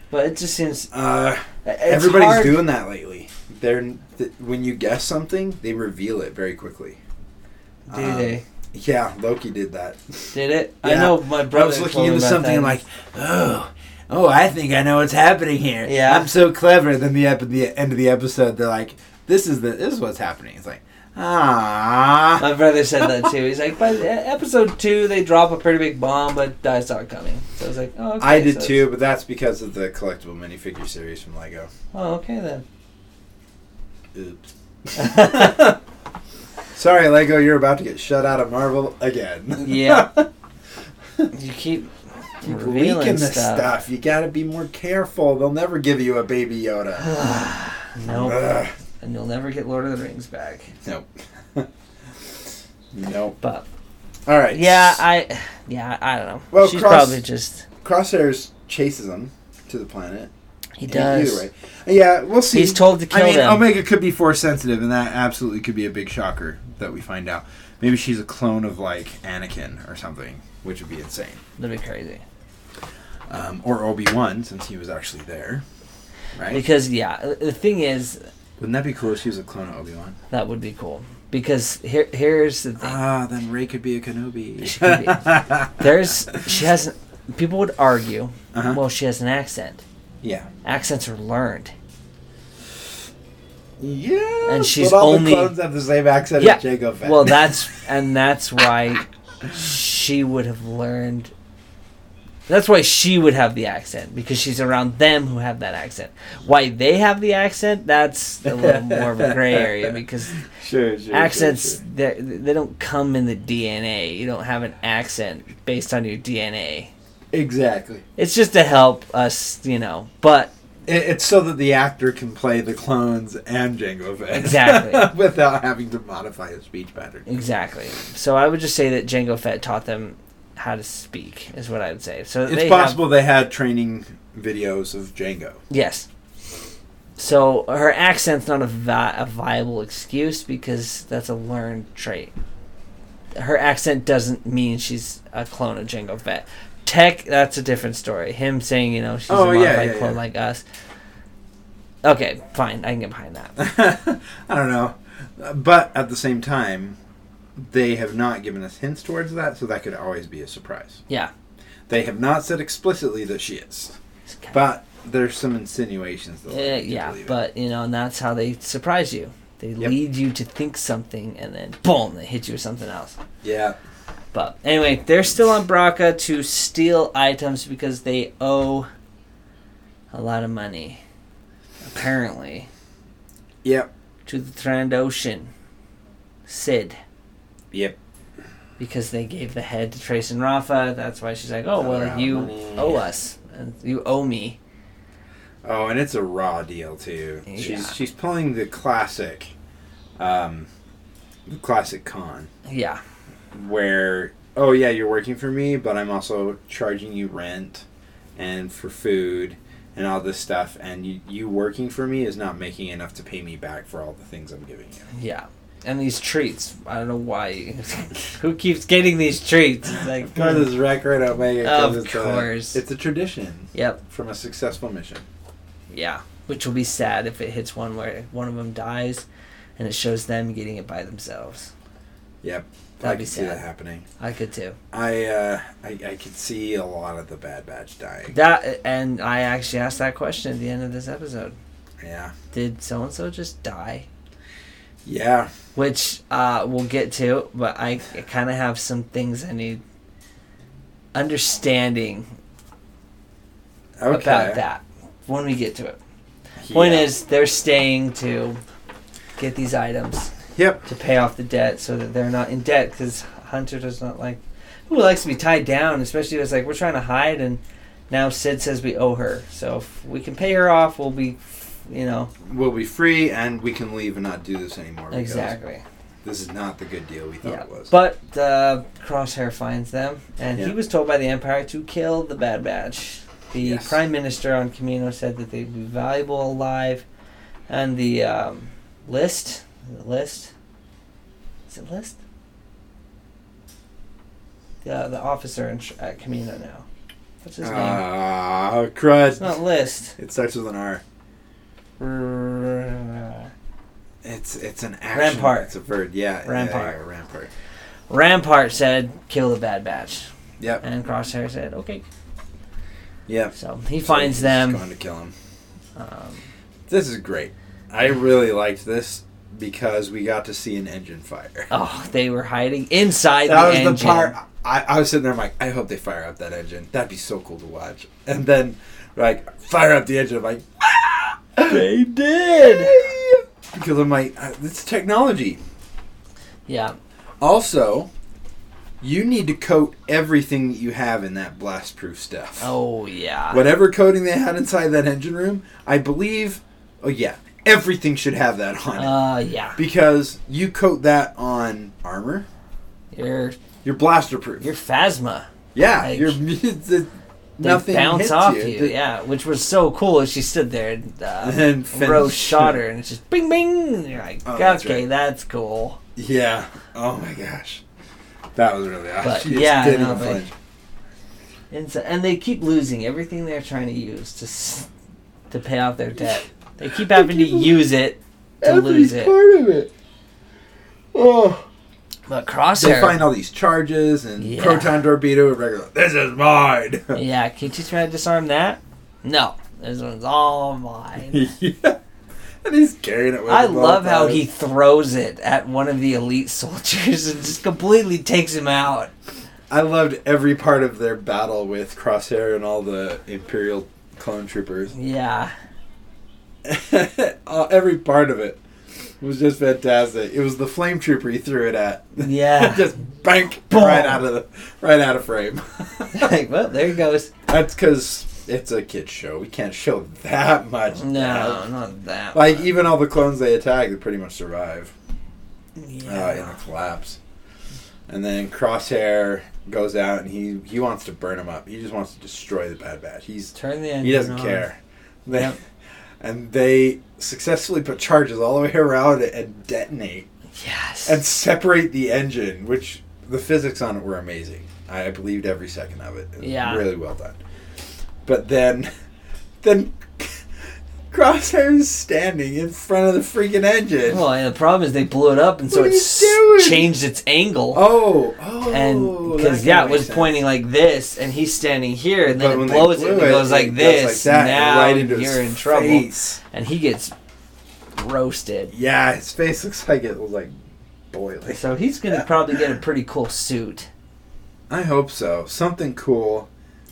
But it just seems
Uh,
it's
Everybody's
hard-
doing that lately. They're th- when you guess something, they reveal it very quickly.
Do
Um,
they?
Yeah, Loki did that.
Did it? I
Yeah.
know my brother.
I was looking
told me
into
about
something
that.
and like, oh, oh, I think I know what's happening here.
Yeah.
I'm so clever. Then the ep- the end of the episode, they're like, this is the this is what's happening. It's like, ah,
My brother said that too. He's like, by the- episode two, they drop a pretty big bomb, but I saw it coming. So I was like, oh, okay,
I did
so it's-
too, but that's because of the collectible minifigure series from Lego.
Oh, okay then.
Oops. Sorry, Lego, you're about to get shut out of Marvel again.
Yeah. you keep,
Keep
revealing
leaking this
stuff.
stuff. You gotta be more careful. They'll never give you a baby Yoda.
nope.
Ugh.
And you'll never get Lord of the Rings back.
Nope. nope.
But
All right.
yeah, I, yeah, I don't know.
Well,
She's
Cross-
probably just.
Crosshairs chases him to the planet.
He
E-
does.
Either way. Yeah, we'll see.
He's told to kill
I mean,
them.
Omega could be force sensitive, and that absolutely could be a big shocker that we find out. Maybe she's a clone of like Anakin or something, which would be insane.
That'd be crazy.
Um, or Obi Wan, since he was actually there. Right?
Because yeah, the thing is,
Wouldn't that be cool if she was a clone of Obi Wan?
that would be cool. Because here, here's the thing.
Ah, then Ray could be a Kenobi.
She could be. There's she has people would argue,
Uh-huh.
well she has an accent.
yeah.
Accents are learned.
Yeah.
And she's
but all
only-
the clones have the same accent
Yeah,
as Jango Fett.
Well, that's and that's why she would have learned that's why she would have the accent because she's around them who have that accent. Why they have the accent, that's a little more of a gray area because
sure, sure,
accents
sure,
they they don't come in the DNA. You don't have an accent based on your DNA.
sure. Exactly.
It's just to help us, you know. But
It, it's so that the actor can play the clones and Jango Fett
Exactly.
without having to modify his speech pattern.
Exactly. So I would just say that Django Fett taught them how to speak is what I would say. So
It's
they have-
possible they had training videos of Django.
Yes. So her accent's not a, vi- a viable excuse because that's a learned trait. Her accent doesn't mean she's a clone of Django Fett. Tech, that's a different story. Him saying, you know, she's
Oh,
a
yeah,
modified
yeah,
clone
yeah.
like us. Okay, fine. I can get behind that.
I don't know, but at the same time, they have not given us hints towards that, so that could always be a surprise.
Yeah.
They have not said explicitly that she is,
It's kind of-
but there's some insinuations that
Eh,
lead me to
yeah,
believe it.
but, you know, and that's how they surprise you. They
Yep.
lead you to think something and then, boom, they hit you with something else.
yeah,
But anyway, they're still on Braca to steal items because they owe a lot of money, apparently,
yep,
to the Trand Ocean, Sid,
yep.
because they gave the head to Trace and Rafa. That's why she's like, "Oh
They're out
well,
of
you
money."
owe us, and you owe me."
Oh, and it's a raw deal too.
Yeah.
She's she's pulling the classic, um, the classic con
Yeah,
where oh yeah you're working for me, but I'm also charging you rent, and for food and all this stuff, and you, you working for me is not making enough to pay me back for all the things I'm giving you.
yeah. And these treats, I don't know why. Who keeps getting these treats? It's like, mm.
Of course, this wreck right out Omega. 'cause
Of
it's
course.
a, it's a tradition
yep,
from a successful mission.
yeah. Which will be sad if it hits one where one of them dies, and it shows them getting it by themselves.
Yep, I
That'd
can
be
see that
sad.
happening.
I could too.
I uh, I I could see a lot of the Bad Batch dying.
That and I actually asked that question at the end of this episode.
Yeah.
Did so and so just die?
Yeah.
Which uh, we'll get to, but I kind of have some things I need understanding
Okay.
about that when we get to it. Point
Yeah.
is, they're staying to get these items
Yep.
to pay off the debt, so that they're not in debt. Because Hunter does not like who likes to be tied down, especially if it's like we're trying to hide, and now Sid says we owe her. So if we can pay her off, we'll be, you know.
We'll be free and we can leave and not do this anymore. because
Exactly.
This is not the good deal we thought
Yeah.
it was.
But uh, Crosshair finds them, and he
Yeah.
was told by the Empire to kill the Bad Batch. The
Yes.
Prime Minister on Camino said that they'd be valuable alive, and the um, list, the list, is it list? The the officer in, Sh- at Camino now. What's his name?
Ah,
It's not
crud.
list.
It starts with an R.
Rampart.
It's it's an action.
Rampart.
It's a verb. Yeah. yeah,
Rampart.
yeah, rampart.
said, "Kill the Bad Batch,"
Yep.
and Crosshair said, "Okay."
Yep.
So he
So
finds
he's
them.
Going to kill him.
Um,
This is great. I really liked this because we got to see an engine fire.
Oh, they were hiding inside
that
the
was
engine.
the part I, I was sitting there I'm like i hope they fire up that engine that'd be so cool to watch and then like fire up the engine i'm like
They did.
because i'm like uh, it's technology
Yeah,
also you need to coat everything that you have in that blast proof stuff
Oh yeah.
whatever coating they had inside that engine room i believe oh yeah everything should have that on it
Uh yeah.
because you coat that on armor
Your
you're blaster proof
your phasma.
yeah
like,
you're it's- it's-
They
nothing
bounce
hits
off you.
The-
yeah, which was so cool as she stood there and uh,
And finish.
Rose shot her and it's just bing bing. And you're like,
Oh,
okay,
that's
that's,
right.
cool.
Yeah. Oh my gosh. That was really awesome.
But,
She just
yeah, I
didn't
know, but-
flinch.
And so, and they keep losing everything they're trying to use to s- to pay off their debt. They keep having to use it to lose it.
part of it. Oh.
But
They
Crosshair
find all these charges and
Yeah.
proton torpedo and regular. This is mine.
Yeah, can you teach me how to disarm that? No. This one's all mine.
yeah. And he's carrying it with
I
him all
love
the
how
time.
he throws it at one of the elite soldiers and just completely takes him out.
I loved every part of their battle with Crosshair and all the Imperial clone troopers.
Yeah.
Uh, every part of it was just fantastic. It was the flame trooper he threw it at.
Yeah.
just bank
Boom.
right out of the right out of frame.
like, well, there he goes.
That's because it's a kids show. We can't show that much.
No,
death.
not that.
Like
one.
even all the clones they attack, they pretty much survive uh, in
yeah.
the collapse. And then Crosshair goes out and he he wants to burn him up. He just wants to destroy the Bad Batch. He's
Turn the engine
he doesn't
on.
care. They,
Yep.
And they successfully put charges all the way around it and detonate
Yes.
and separate the engine, which the physics on it were amazing. I believed every second of it. It was
Yeah.
Really well done. But then, then Crosshair is standing in front of the freaking engine.
well, and the problem is they blew it up, and so
What are
it
you
s-
doing?
changed its angle.
Oh, oh.
and
that
because
kinda
yeah, it was
makes sense.
pointing like this, and he's standing here, and then
But
it
when they
blows it,
blew
and it goes like
goes
this.
that, and
now
right into his
you're in trouble,
face.
and he gets roasted.
Yeah, his face looks like it was like boiling.
So he's gonna probably get a pretty cool suit.
I hope so. Something cool.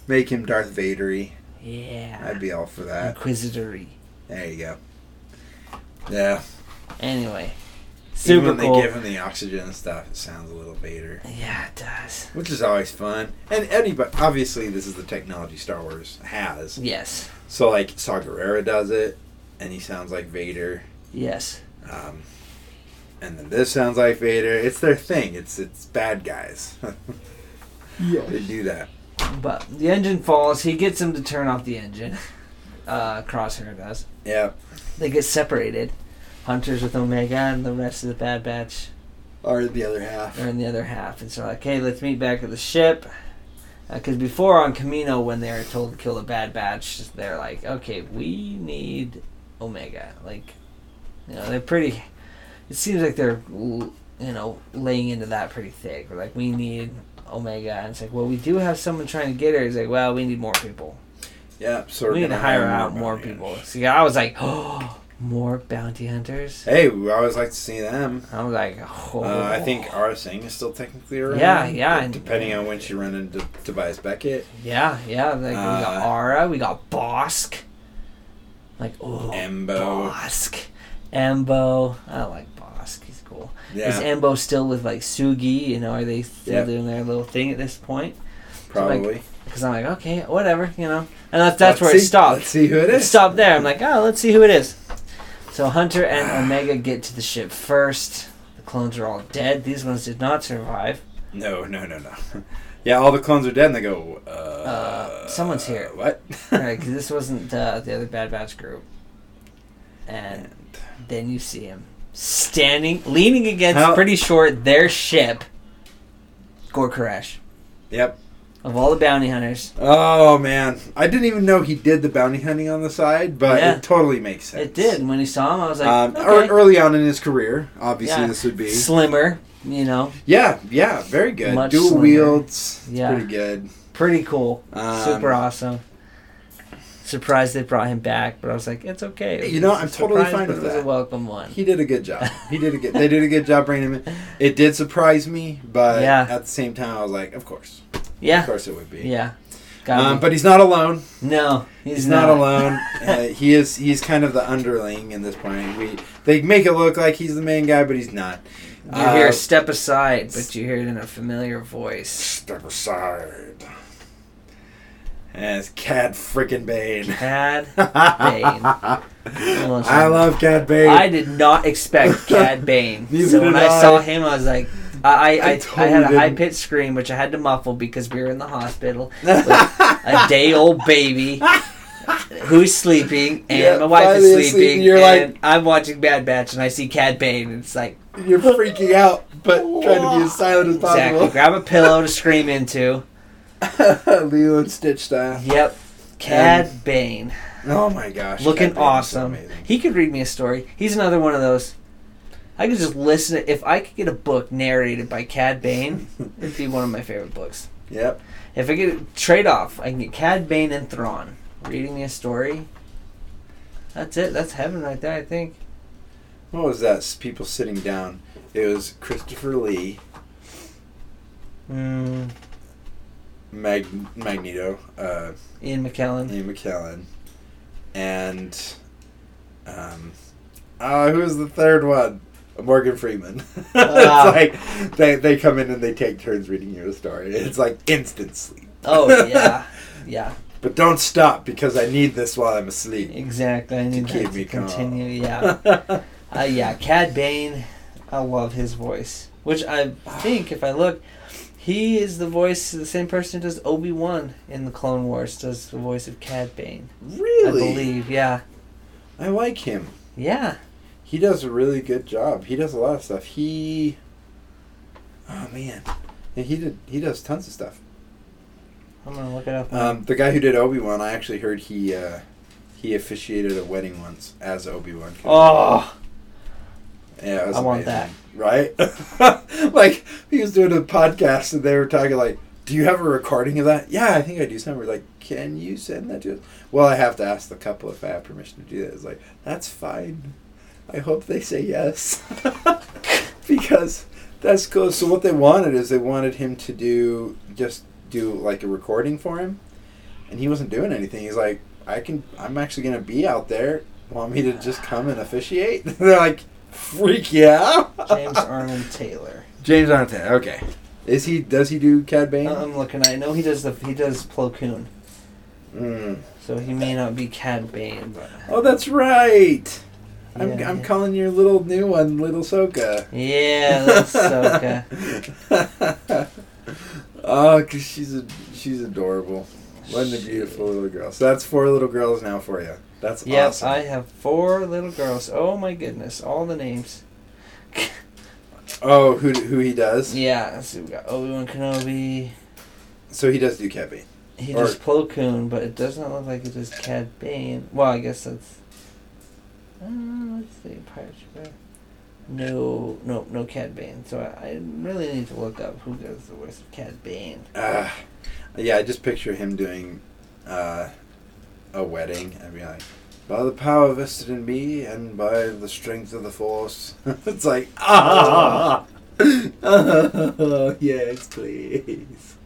Make him Darth Vadery. I'd
Yeah,
be all for that.
inquisitory.
There you go. Yeah.
Anyway,
Even
super
when
cool.
they give him the oxygen and stuff, it sounds a little Vader,
yeah, it does.
which is always fun. And anybody, obviously, this is the technology Star Wars has.
Yes,
So like Saw Gerrera does it, and he sounds like Vader.
yes,
Um, and then this sounds like Vader. It's their thing. It's it's bad guys. they do that.
but the engine falls. He gets him to turn off the engine. Uh, Crosshair does.
Yeah.
They get separated. Hunters with Omega and the rest of the Bad Batch
Or the other half.
are in the other half. And so like, hey, let's meet back at the ship. Because before on Camino, when they were told to kill the Bad Batch, they're like, okay, we need Omega. Like, you know, they're pretty. It seems like they're, l- you know, laying into that pretty thick. We're like, we need Omega. And it's like, well, we do have someone trying to get her. He's like, well, we need more people.
Yeah. So we're
we need to
gonna
hire out more
bounty
people.
hunters.
So yeah, I was like, oh, more bounty hunters?
Hey, we always like to see them.
I was like, oh.
Uh, I think Ara Singh is still technically around.
Yeah, yeah, and-
Depending on when she ran into Tobias Beckett,
Yeah, yeah. Like we got
Uh,
Ara, we got Bosk. Like oh,
Embo.
Bosk, Embo. I like Bosk. He's cool. Is
Yeah,
Embo still with like Sugi? You know, are they still
Yep.
doing their little thing at this point?
probably.
Because I'm like, okay, whatever, you know. And that's that's where
Let's
it
see-
stopped.
Let's see who it
It
is.
stopped there. I'm like, oh, let's see who it is. So Hunter and Omega get to the ship first. The clones are all dead. These ones did not survive.
No, no, no, no. yeah, all the clones are dead, and they go. Uh,
Uh, someone's here.
What?
Alright, 'cause this wasn't uh, the other Bad Batch group. And then you see him standing, leaning against,
How-
pretty short, their ship, Gor Koresh.
Yep.
Of all the bounty hunters,
Oh man, I didn't even know he did the bounty hunting on the side, but
Yeah.
it totally makes sense.
it did. When he saw him, I was like,
Um, ear-
okay.
Early on in his career, obviously
Yeah.
this would be.
slimmer, you know,
Yeah, yeah, very good.
Much
Dual
slimmer.
wields.
Yeah.
Pretty good.
pretty cool,
Um,
super awesome. Surprised they brought him back, but I was like, it's okay. It
You know,
was a
I'm totally
surprise,
fine
but
with
it was
that.
a welcome one.
He did a good job. He did a good. they did a good job bringing him in. It did surprise me, but
Yeah.
at the same time, I was like, of course, of
yeah,
course it would be.
yeah. Got
Um,
me.
but he's not alone.
no, he's,
He's, not, alone. uh, he is. He's kind of the underling in this point. We they make it look like he's the main guy, but he's not.
You
Uh,
hear step aside, but you hear it in a familiar voice.
step aside. And it's Cad freaking Bane.
Cad Bane.
I love Cad Bane.
I did not expect Cad Bane.
Neither
so when
did
I,
I.
saw him, I was like, I, I,
I
I, I,
totally
had a
didn't.
high pitched scream, which I had to muffle because we were in the hospital. A day old baby who's sleeping, and
Yeah,
my wife
finally
is
asleep,
sleeping.
and you're like-
and I'm watching Bad Batch, and I see Cad Bane, and it's like,
You're freaking out, but trying to be as silent as
exactly.
possible.
Grab a pillow to scream into.
Lilo and Stitch style.
Yep. Cad Bane.
Oh my gosh. Cad
looking
Bane is so
awesome.
amazing.
He could read me a story. He's another one of those. I could just listen. To, if I could get a book narrated by Cad Bane, it'd be one of my favorite books.
Yep.
If I get trade off, I can get Cad Bane and Thrawn reading me a story. That's it. That's heaven right there. I think.
What was that? S- People sitting down. It was Christopher Lee,
Mm,
Mag- Magneto, uh,
Ian McKellen.
Ian McKellen, and um, uh, who was the third one? Morgan Freeman.
Ah.
it's like they, they come in and they take turns reading you a story. It's like instant sleep.
Oh yeah, yeah.
But don't stop because I need this while I'm asleep.
Exactly. I need
keep
that to
me calm.
continue. Yeah. Uh, yeah. Cad Bane. I love his voice. which I think if I look, he is the voice, the same person who does Obi Wan in the Clone Wars, does the voice of Cad Bane.
Really?
I believe, yeah,
I like him.
yeah.
He does a really good job. He does a lot of stuff. He. Oh man, yeah, he did. He does tons of stuff.
I'm gonna look it up.
Um, the guy who did Obi Wan, I actually heard he uh, he officiated a wedding once as Obi Wan.
oh,
yeah, it was
I want
amazing. Right? like he was doing a podcast and they were talking like, "Do you have a recording of that?" Yeah, I think I do. Somewhere like, "Can you send that to us?" Well, I have to ask the couple if I have permission to do that. It's like that's fine. I hope they say yes because that's cool. So what they wanted is they wanted him to do just do like a recording for him, and he wasn't doing anything. He's like, "I can. I'm actually gonna be out there. Want me to just come and officiate?" They're like, "Freak yeah."
James Arnold Taylor.
James Arnett. Okay. Is he? Does he do Cad Bane?
Uh, I'm looking. I know he does the he does Plo Koon,
Mm.
so he may not be Cad Bane, but
Oh, that's right. I'm,
yeah,
I'm
yeah.
calling your little new one Little Soka.
yeah, that's Soka.
oh, cause she's a, she's adorable. What a
She-
beautiful little girl. So that's four little girls now for you. That's
Yes,
awesome.
I have four little girls. Oh my goodness, all the names.
oh, who who he does?
Yeah, let's see, we got Obi Wan Kenobi.
So he does do Cad Bane.
He
Or-
does Plo Koon, but it does not look like it does Cad Bane. Well, I guess that's. Uh, let's see, Pirates. of Bay. No, no, no Cad Bane. So I, I really need to look up who does the voice of Cad Bane.
Uh, yeah, I just picture him doing uh, a wedding and be like, by the power vested in me and by the strength of the force. it's like, ah! oh, yes, please.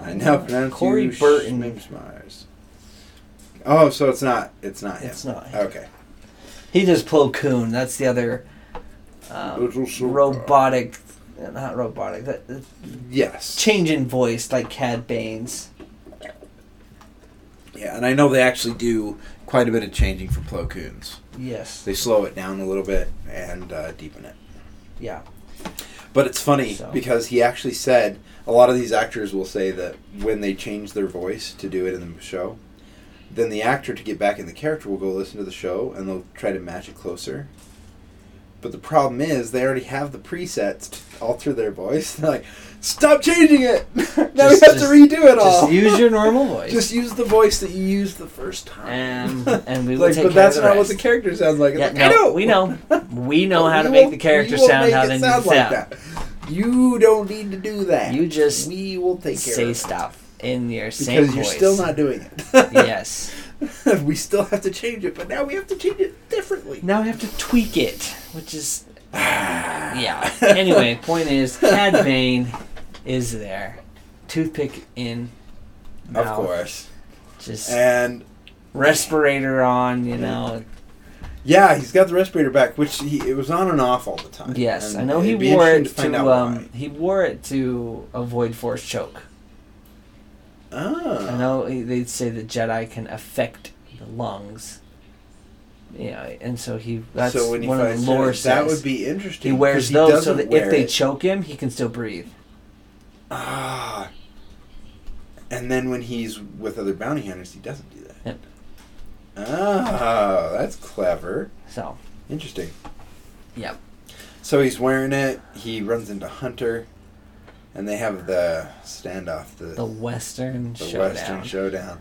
I now pronounce
Corey
you
Burton.
Schmimmsmars. Oh, so it's not, it's not him.
It's not him.
Okay.
He does Plo Koon. That's the other um,
Little Soka.
robotic, not robotic, that, that
Yes.
change in voice like Cad Bane's.
yeah, and I know they actually do quite a bit of changing for Plo Koons.
Yes.
they slow it down a little bit and uh, deepen it.
Yeah.
But it's funny
So-
because he actually said a lot of these actors will say that when they change their voice to do it in the show, then the actor to get back in the character will go listen to the show and they'll try to match it closer. But the problem is they already have the presets to alter their voice. They're like, stop changing it. now
Just-
we have
just-
to redo it all.
Just use your normal voice.
Just use the voice that you used the first time.
and and we will
like,
take
but
care of
that's
the
not what
rest.
the character sounds like. It's
yeah,
like,
no,
I know.
we know. We know how to
You
make
won't-
the character
you won't
sound
make
how
it
they need to
sound like
sound.
that. You don't need to do that.
You just
we will take care of
Say
it.
stuff in your same
because you're
voice.
still not doing it.
yes.
we still have to change it, but now we have to change it differently.
Now we have to tweak it, which is yeah. Anyway, point is, Cad Bane is there. Toothpick in.
of
mouth,
course,
Just
and
respirator on, you know.
yeah, he's got the respirator back, which he it was on and off all the time.
Yes, I
And
know he
it'd be
wore
interesting
it
find
to
out
um
why.
he wore it to avoid force choke. I
Ah,
know they'd say the Jedi can affect the lungs. Yeah, and so he that's
so when he
one of
finds
the lore
it, that
says.
would be interesting.
he wears
'cause
those so
doesn't
that
wear
if they
it.
choke him, he can still breathe.
ah, and then when he's with other bounty hunters, he doesn't do that.
Yep.
Ah, that's clever.
So
Interesting.
Yep.
So he's wearing it. He runs into Hunter, and they have the standoff, the
the
the,
Western showdown.
Western showdown.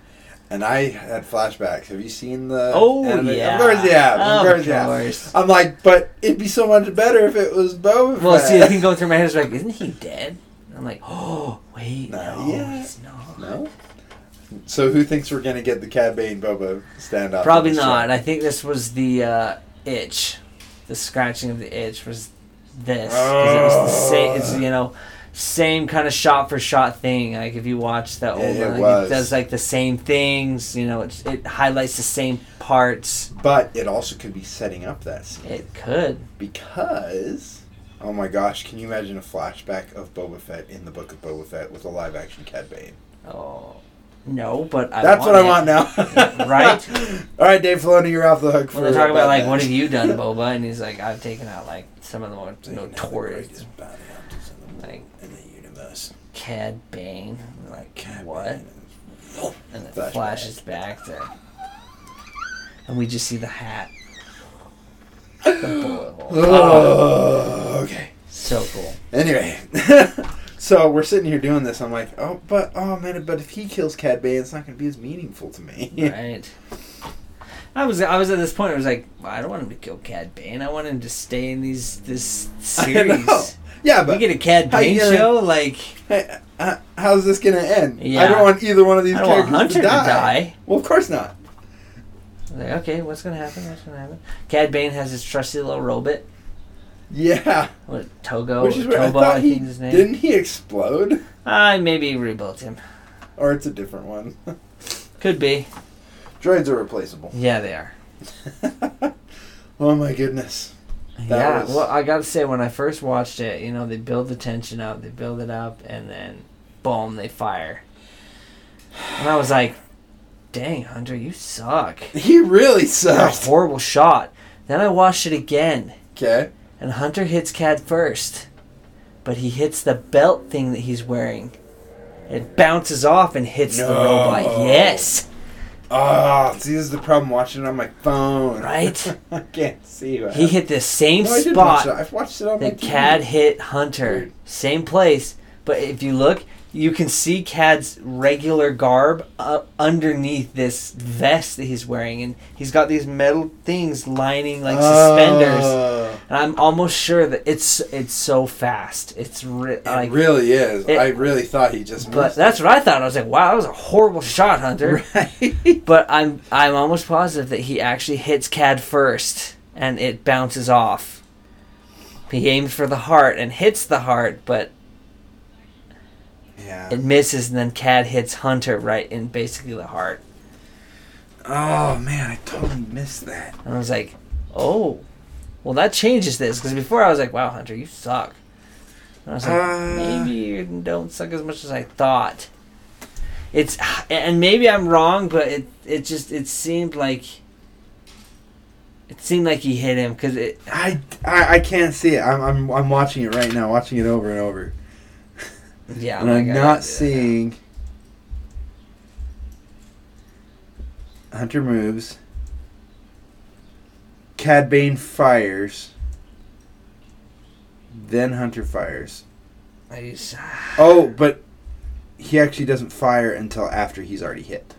And I had flashbacks. Have you seen the?
Oh,
anime?
yeah.
of course you have. Of
Of
course you have.
course.
I'm like, but it'd be so much better if it was Boba.
well,
Fett.
see, the thing going through my head is like, isn't he dead? And I'm like, oh wait,
Not
no,
yet.
he's not.
No. So who thinks we're gonna get the Cad Bane Boba standoff?
Probably
in the show?
not. I think this was the uh, itch. The scratching of the itch was this. 'Cause it was the
Oh.
same. It's you know, same kind of shot for shot thing. Like if you watch the old
It- it
one, like,
was.
does like the same things. You know, it, it highlights the same parts.
But it also could be setting up that scene.
It could.
because oh my gosh, can you imagine a flashback of Boba Fett in the book of Boba Fett with a live action Cad Bane?
Oh, No, but I
That's
want
what I
it.
want now.
Right?
All right, Dave Filoni, you're off the hook for.
When they talk about like
Batman.
what have you done, Boba, and he's like, I've taken out like some of the more
Taking out the
notorious,
greatest bounty hunters in
like
the- in the universe.
Cad Bane. And they're like
Cad
what?
Bane.
And it
Flashback.
flashes back to, and we just see the hat. The bullet hole.
Oh, okay.
So cool.
Anyway, so we're sitting here doing this. I'm like, oh, but oh man, but if he kills Cad Bane, it's not going to be as meaningful to me.
Right. I was I was at this point. I was like, I don't want him to kill Cad Bane. I want him to stay in these this
I know.
series.
Yeah,
We
but
get a Cad
How you
Bane
gonna-
show. Like
hey, uh, how's this going to end? I
Yeah.
don't want either one of these
I don't want
characters to,
Hunter
die.
to die.
Well, of course not.
I was like, okay, what's gonna happen? What's gonna happen? Cad Bane has his trusty little robot.
Yeah,
What Togo?
which is where I
Tobo,
thought
Oh, I
he
think his name.
didn't he explode,
I maybe rebuilt him.
or it's a different one.
Could be.
Droids are replaceable.
Yeah, they are.
oh my goodness. That
yeah.
was-
Well, I gotta say, when I first watched it, you know, they build the tension up, they build it up, and then boom, they fire. And I was like, "Dang, Hunter, you suck.
He really
You're a
sucked.
horrible shot." Then I watched it again,
Okay.
and Hunter hits Cad first, but he hits the belt thing that he's wearing. It bounces off and hits the
No.
robot. Yes,
Oh, see, this is the problem watching it on my phone.
Right?
I can't see. What
he hit the same
No, I did watch
spot.
it. I've watched it on my
that
TV.
Cad hit Hunter.
Dude.
Same place, but if you look, you can see Cad's regular garb uh, underneath this vest that he's wearing, and he's got these metal things lining like
Ah.
suspenders.
Oh,
And I'm almost sure that it's it's so fast. It's ri-
it
like,
really is.
it-
I really thought he just.
but
missed
that's what I thought. I was like, wow, that was a horrible shot, Hunter.
right.
But I'm I'm almost positive that he actually hits Cad first, and it bounces off. He aimed for the heart and hits the heart, but
yeah.
it misses and then Cad hits Hunter right in basically the heart.
Oh man, I totally missed that.
And I was like, oh, well that changes this because before I was like, wow, Hunter, you suck. And I was like,
Uh.
maybe you don't suck as much as I thought. It's and maybe I'm wrong, but it it just it seemed like it seemed like he hit him because it
I, I, I can't see it. I'm, I'm I'm watching it right now, watching it over and over,
yeah
and
Oh my
I'm
God.
not seeing. Hunter moves. Cad Bane fires. Then Hunter fires.
I just-
Oh, but he actually doesn't fire until after he's already hit.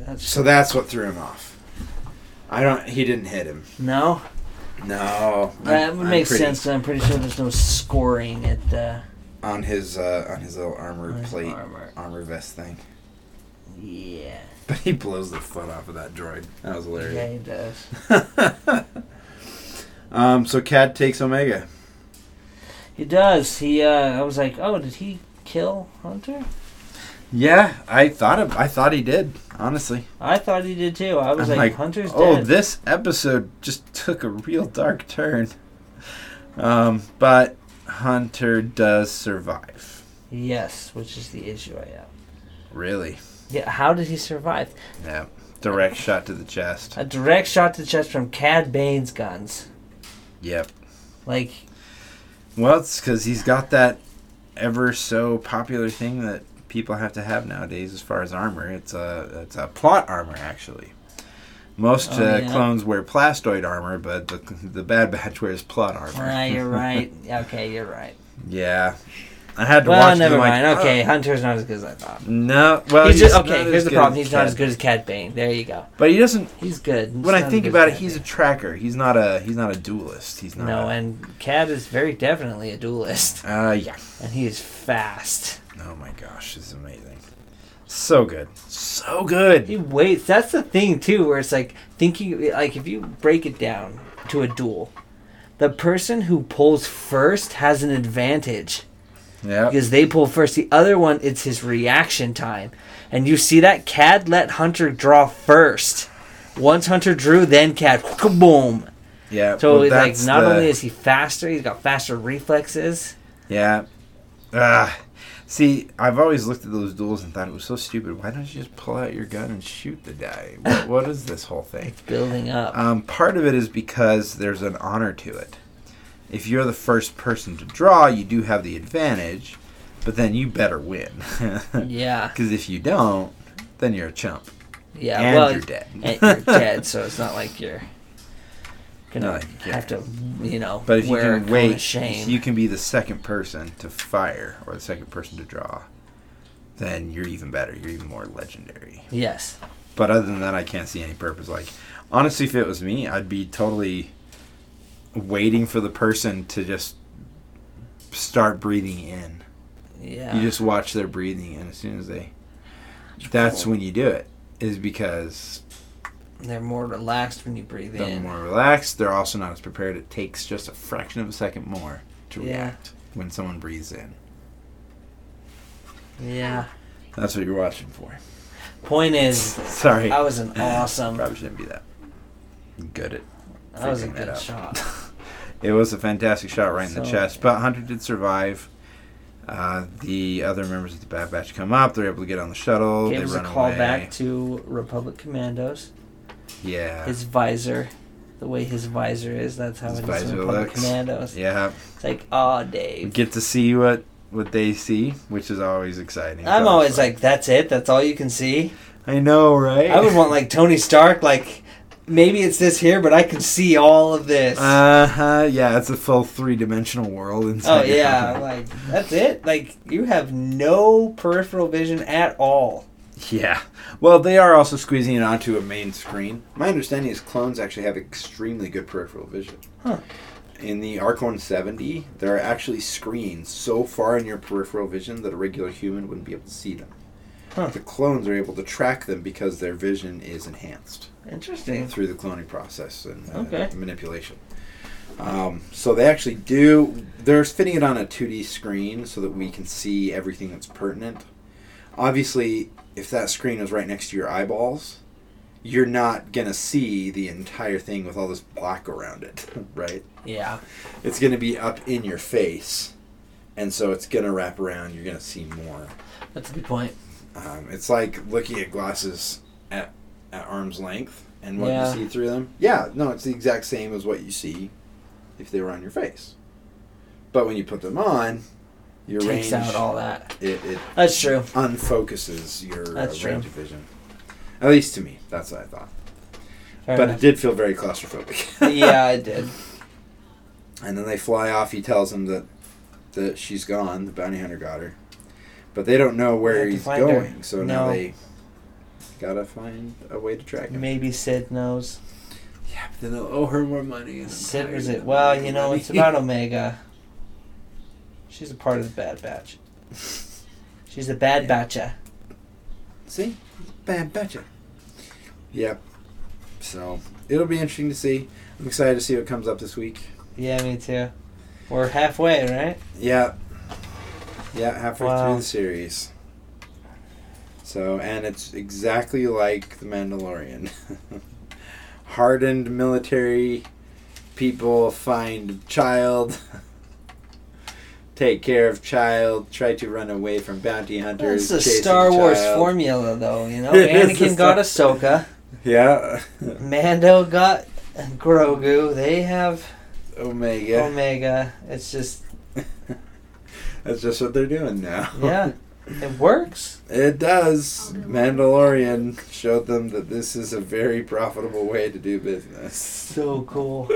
that's-
So that's what threw him off. I don't. He didn't hit him.
no
No,
that
I'm-
would
I'm
make
pretty-
sense 'cause I'm pretty sure there's no scoring at the
On his uh, on his little armor plate, armor.
armor.
vest thing.
Yeah.
But he blows the foot off of that droid. That was
Yeah,
hilarious.
he does.
um. So Cad takes Omega.
He does. He. Uh, I was like, oh, did he kill Hunter?
Yeah, I thought of, I thought he did. Honestly,
I thought he did too. I was
I'm
like,
like,
Hunter's
oh,
dead.
this episode just took a real dark turn. Um, but Hunter does survive.
yes, which is the issue I have.
Really?
Yeah. How did he survive?
Yeah. Direct shot to the chest.
A direct shot to the chest from Cad Bane's guns.
Yep.
Like,
Well, it's because he's got that ever so popular thing that people have to have nowadays as far as armor. It's a it's a plot armor actually. Most
Oh,
uh,
yeah.
clones wear plastoid armor, but the the Bad Batch wears plot armor.
ah, you're right. Okay, you're right.
yeah. I had to
Well,
watch.
never
them, like,
mind. okay,
"Oh,
Hunter's not as good as I thought.
No. Well,
he's just,
not
okay.
as
Here's the
good
problem.
as
He's not
Cad.
as good as Cad Bane. There you go.
But he doesn't.
He's good. He's
When I
not as
think
good as
about it,
Cad
he's a
Bane.
tracker. He's not a. He's not a duelist. He's not.
no,
A,
and Cad is very definitely a duelist,
uh, yeah.
and he is fast.
Oh my gosh, this is amazing. So good. So good.
He waits. That's the thing too, where it's like thinking like if you break it down to a duel, the person who pulls first has an advantage
Yeah.
because they pull first. The other one, it's his reaction time, and you see that Cad let Hunter draw first. Once Hunter drew, then Cad, boom.
Yeah.
So
well,
it's like
that's
not
the-
only is he faster, he's got faster reflexes.
Yeah. Ah. See, I've always looked at those duels and thought it was so stupid. Why don't you just pull out your gun and shoot the guy? What, what is this whole thing?
Building up.
Um, part of it is because there's an honor to it. If you're the first person to draw, you do have the advantage, but then you better win. Because
yeah.
if you don't, then you're a chump.
Yeah.
and
well,
you're dead.
and you're dead, so it's not like you're gonna
No, yeah.
have to, you know,
But if you
wear a
can
crown of
wait,
shame.
if you can be the second person to fire or the second person to draw, then you're even better. You're even more legendary.
yes.
But other than that, I can't see any purpose. Like, honestly, if it was me, I'd be totally waiting for the person to just start breathing in.
Yeah.
You just watch their breathing, and as soon as they, that's when you do it. Is because
They're more relaxed when you breathe
they're
in.
more relaxed. They're also not as prepared. It takes just a fraction of a second more to
Yeah.
react when someone breathes in.
Yeah.
That's what you're watching for.
Point is,
Sorry.
I was an awesome.
Probably shouldn't be that good at.
That was a
figuring
good
out.
shot.
it was a fantastic shot right in the
So-
chest, but Hunter did survive. Uh, the other members of the Bad Batch come up. They're able to get on the shuttle.
Gave
they
us a
run
call
away.
back to Republic Commandos.
Yeah.
His visor, the way his visor is, that's how
His
it is in
visor
Republic
looks.
Commandos.
yeah.
It's like, aw,
We
Dave.
get to see what what they see, which is always exciting.
I'm
It's
always like, that's it? That's all you can see?
I know, right?
I would want, like, Tony Stark, like, maybe it's this here, but I can see all of this.
Uh huh. Yeah, it's a full three dimensional world inside.
oh,
your
yeah.
helmet.
Like, that's it? Like, you have no peripheral vision at all.
Yeah. Well, they are also squeezing it onto a main screen. My understanding is clones actually have extremely good peripheral vision.
Huh.
In the Arc 170, there are actually screens so far in your peripheral vision that a regular human wouldn't be able to see them.
Huh.
The clones are able to track them because their vision is enhanced
Interesting.
through the cloning process and uh,
Okay.
manipulation. Um, so they actually do. They're fitting it on a 2D screen so that we can see everything that's pertinent. Obviously, if that screen is right next to your eyeballs, you're not gonna see the entire thing with all this black around it, right?
Yeah.
It's gonna be up in your face, and so it's gonna wrap around. You're gonna see more.
That's a good point.
Um, it's like looking at glasses at, at arm's length and what you
Yeah.
see through them. Yeah, no, it's the exact same as what you see if they were on your face. But when you put them on, your range
Takes out all that.
it, it
That's true.
unfocuses your uh,
That's
range
true.
of vision. At least to me, that's what I thought.
Fair
but
enough.
it did feel very claustrophobic.
yeah, I did.
And then they fly off. He tells them that that she's gone. The bounty hunter got her, but they don't know
They
where
have to
he's
find her.
going. So now
No.
they gotta find a way to track him.
Maybe Sid knows.
Yeah, but then they'll owe her more money. And I'm
Sid
tired
was
of
it. Well,
making
you know,
money.
it's about Omega. She's a part of the Bad Batch. She's a Bad Batcha.
See, bad betcha. Yep. So it'll be interesting to see. I'm excited to see what comes up this week.
Yeah, me too. We're halfway, right?
Yeah. Yeah, halfway
Wow.
through the series. So, and it's exactly like The Mandalorian. Hardened military people find child, take care of child, try to run away from bounty hunters.
It's a
chasing
Star Wars
child.
formula, though. You know,
It is a
Anakin got Ahsoka.
Yeah.
Mando got Grogu. They have
Oh
Oh
Omega.
Omega. It's just
That's just what they're doing now.
yeah, it works.
It does. Mandalorian showed them that this is a very profitable way to do business.
So cool.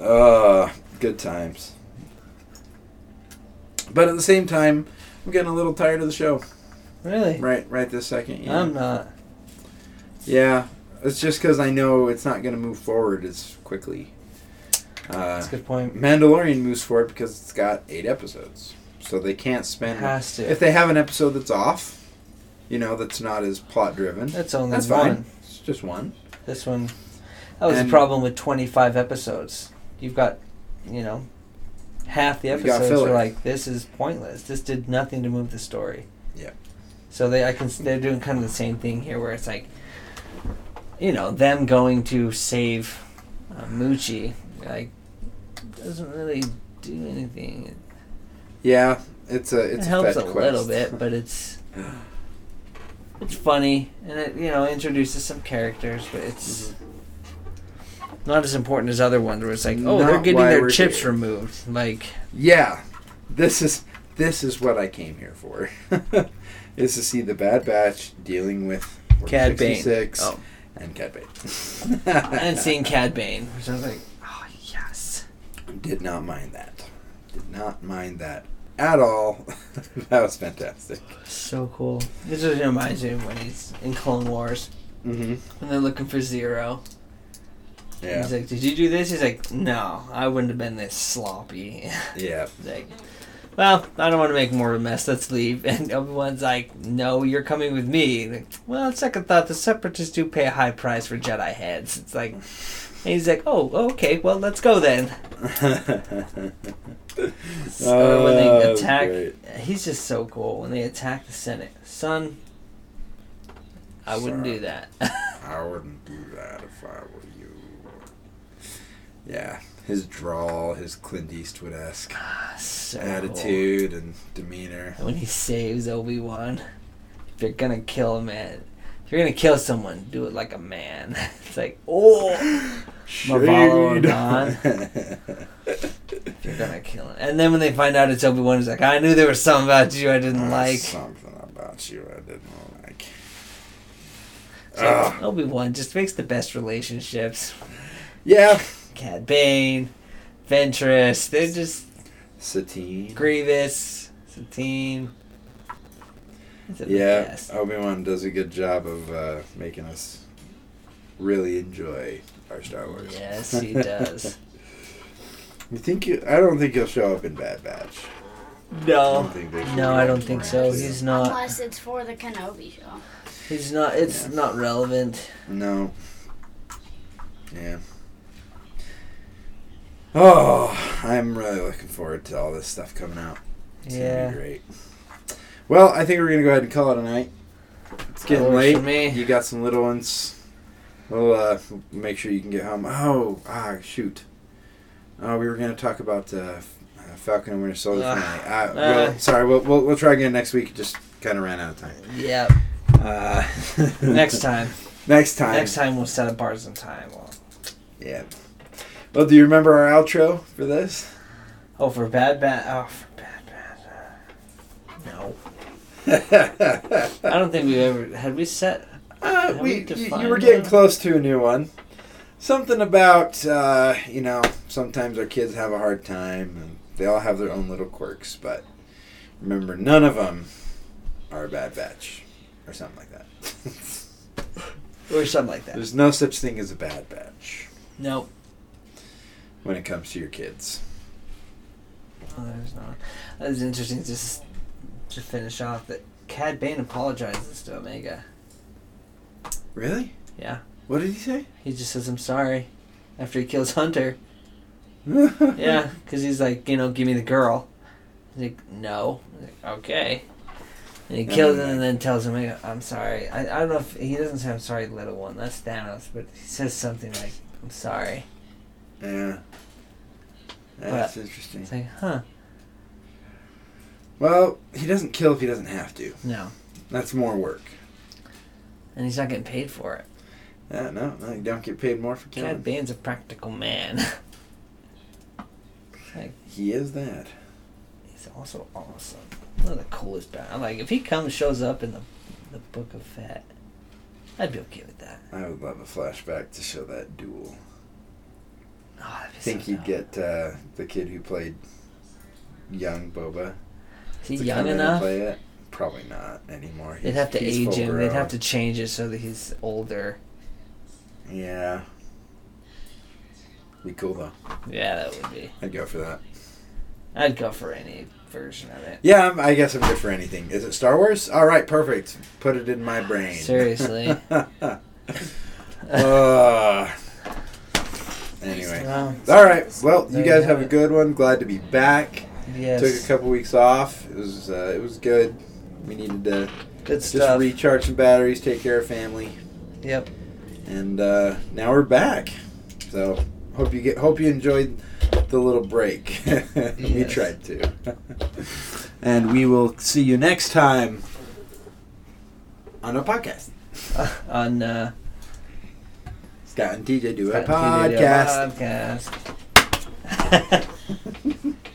Uh, good times. But at the same time, I'm getting a little tired of the show.
Really,
Right, right this second. Yeah.
I'm not.
yeah, it's just because I know it's not going to move forward as quickly. Uh,
That's a good point.
Mandalorian moves forward because it's got eight episodes, so they can't spend.
Has to.
If they have an episode that's off, you know, that's not as plot driven,
That's only
that's
one.
fine. It's just one.
This one, that was
And-
the problem with 25 episodes. You've got, you know, half the
You've got
episodes
filler.
were like, this is pointless. This did nothing to move the story.
Yeah.
So they, I can, s- they're doing kind of the same thing here, where it's like, you know, them going to save uh, Moochie, like, doesn't really do anything.
Yeah, it's a it's
it
a
helps a
fetch quest.
little bit, but it's it's funny and it you know introduces some characters, but it's not as important as other ones where it's like, oh, they're
Mm-hmm. Not
getting
why
their
we're
chips
here.
removed. Like,
yeah, this is this is what I came here for. is to see the Bad Batch dealing with Order
Cad Bane.
66
Oh.
and Cad Bane.
and seeing Cad Bane, which I was like, oh yes,
Did not mind that. Did not mind that at all. that was fantastic.
so cool. This is reminds me of when he's in Clone Wars
Mm-hmm.
when they're looking for Zero.
Yeah.
He's like, did you do this? He's like, no, I wouldn't have been this sloppy.
yeah.
He's like, well, I don't want to make more of a mess. Let's leave. And Obi Wan's like, no, you're coming with me. Like, well, on second thought, the Separatists do pay a high price for Jedi heads. It's like, and he's like, oh, okay, well, let's go then. So when
Oh,
they attack,
great.
he's just so cool. When they attack the Senate, son, I wouldn't
Son.
do that.
I wouldn't do that if I were you. Yeah, his drawl, his Clint Eastwood esque
So cool.
attitude and demeanor.
when he saves Obi Wan. If you're gonna kill a man, if you're gonna kill someone, do it like a man. It's like, oh, Mavalo if you're gonna kill him. And then when they find out it's Obi Wan, he's like, I knew there was something about you I didn't like.
Ah, something about you I didn't like. Ah, Ugh.
Obi Wan just makes the best relationships.
yeah,
Cad Bane, Ventress, they're just
Satine.
Grievous, Satine. It's a
Yeah,
mess.
Obi Wan does a good job of uh, making us really enjoy our Star Wars.
Yes, he does.
you think you? I don't think he'll show up in Bad Batch. I
No,
don't think they should
no,
be
I don't think so.
Yeah.
He's not.
Unless it's for the Kenobi show.
He's not. It's
Yeah.
not relevant.
No. Yeah. Oh, I'm really looking forward to all this stuff coming out. It's
yeah.
gonna be great. Well, I think we're gonna go ahead and call it a night. It's getting
That works
late.
for me.
You got some little ones. We'll uh, make sure you can get home. Oh, ah, shoot. Oh, we were gonna talk about uh, F- uh, Falcon and Winter Soldier.
Ugh.
tonight. uh, well,
Uh.
sorry, we'll, we'll we'll try again next week. It Just kind of ran out of time.
Yeah.
Uh,
Next time.
Next time.
Next time we'll set up bars in time. Well,
Yeah. Well, do you remember our outro for this?
oh, for bad bad. Oh, for bad bad. No, I
uh,
don't think we ever had we set. we
Uh, we, you, you were
defined
getting
it?
close to a new one. Something about, uh, you know, sometimes our kids have a hard time and they all have their own little quirks, but remember, none of them are a bad batch or something like that.
or something like that.
There's no such thing as a bad batch
No,
when it comes to your kids.
oh, there's not. That was interesting. Just to finish off, that Cad Bane apologizes to Omega.
Really?
Yeah,
What did he say?
he just says I'm sorry after he kills Hunter. Yeah, because he's like, you know, give me the girl. He's like, no. He's like, okay. And he
And
kills
then-
him and then tells him, "I- I'm sorry. I, I don't know if he doesn't say, I'm sorry, little one. That's Thanos, but he says something like, I'm sorry.
Yeah. That's interesting.
It's like, huh,
Well, he doesn't kill if he doesn't have to.
no.
That's more work.
And he's not getting paid for it.
Yeah, no, no, you don't get paid more for
Cad
killing.
Bane's a practical man.
He is that.
he's also awesome. One of the coolest. ba- I'm like, if he comes, shows up in the, the Book of Fat, I'd be okay with that.
I would love a flashback to show that duel.
Oh, that'd be
I think
so
you'd
dope.
get uh, the kid who played young Boba.
Is he
to
young
come in and
enough?
Play it. Probably not anymore.
They'd
He's-
have to
he's
age
full
him. They'd have to
grown.
change it so that he's older.
Yeah. Be cool though.
Yeah, that would be.
I'd go for that.
I'd go for any version of it.
Yeah, I'm, I guess I'm good for anything. Is it Star Wars? All right, perfect. Put it in my brain.
Seriously.
uh, anyway.
Wow.
All right. Well,
There
you
you
guys
have
have a
it.
good one. Glad to be back.
Yes.
Took a couple weeks off. It was uh, it was good. We needed to
Good
just
stuff.
recharge some batteries, take care of family,
yep.
and uh, now we're back. So hope you get hope you enjoyed up the little break. we
Yes.
tried to. and we will see you next time on a podcast.
on uh,
Scott and TJ do a
Scott and TJ do a
podcast.
podcast.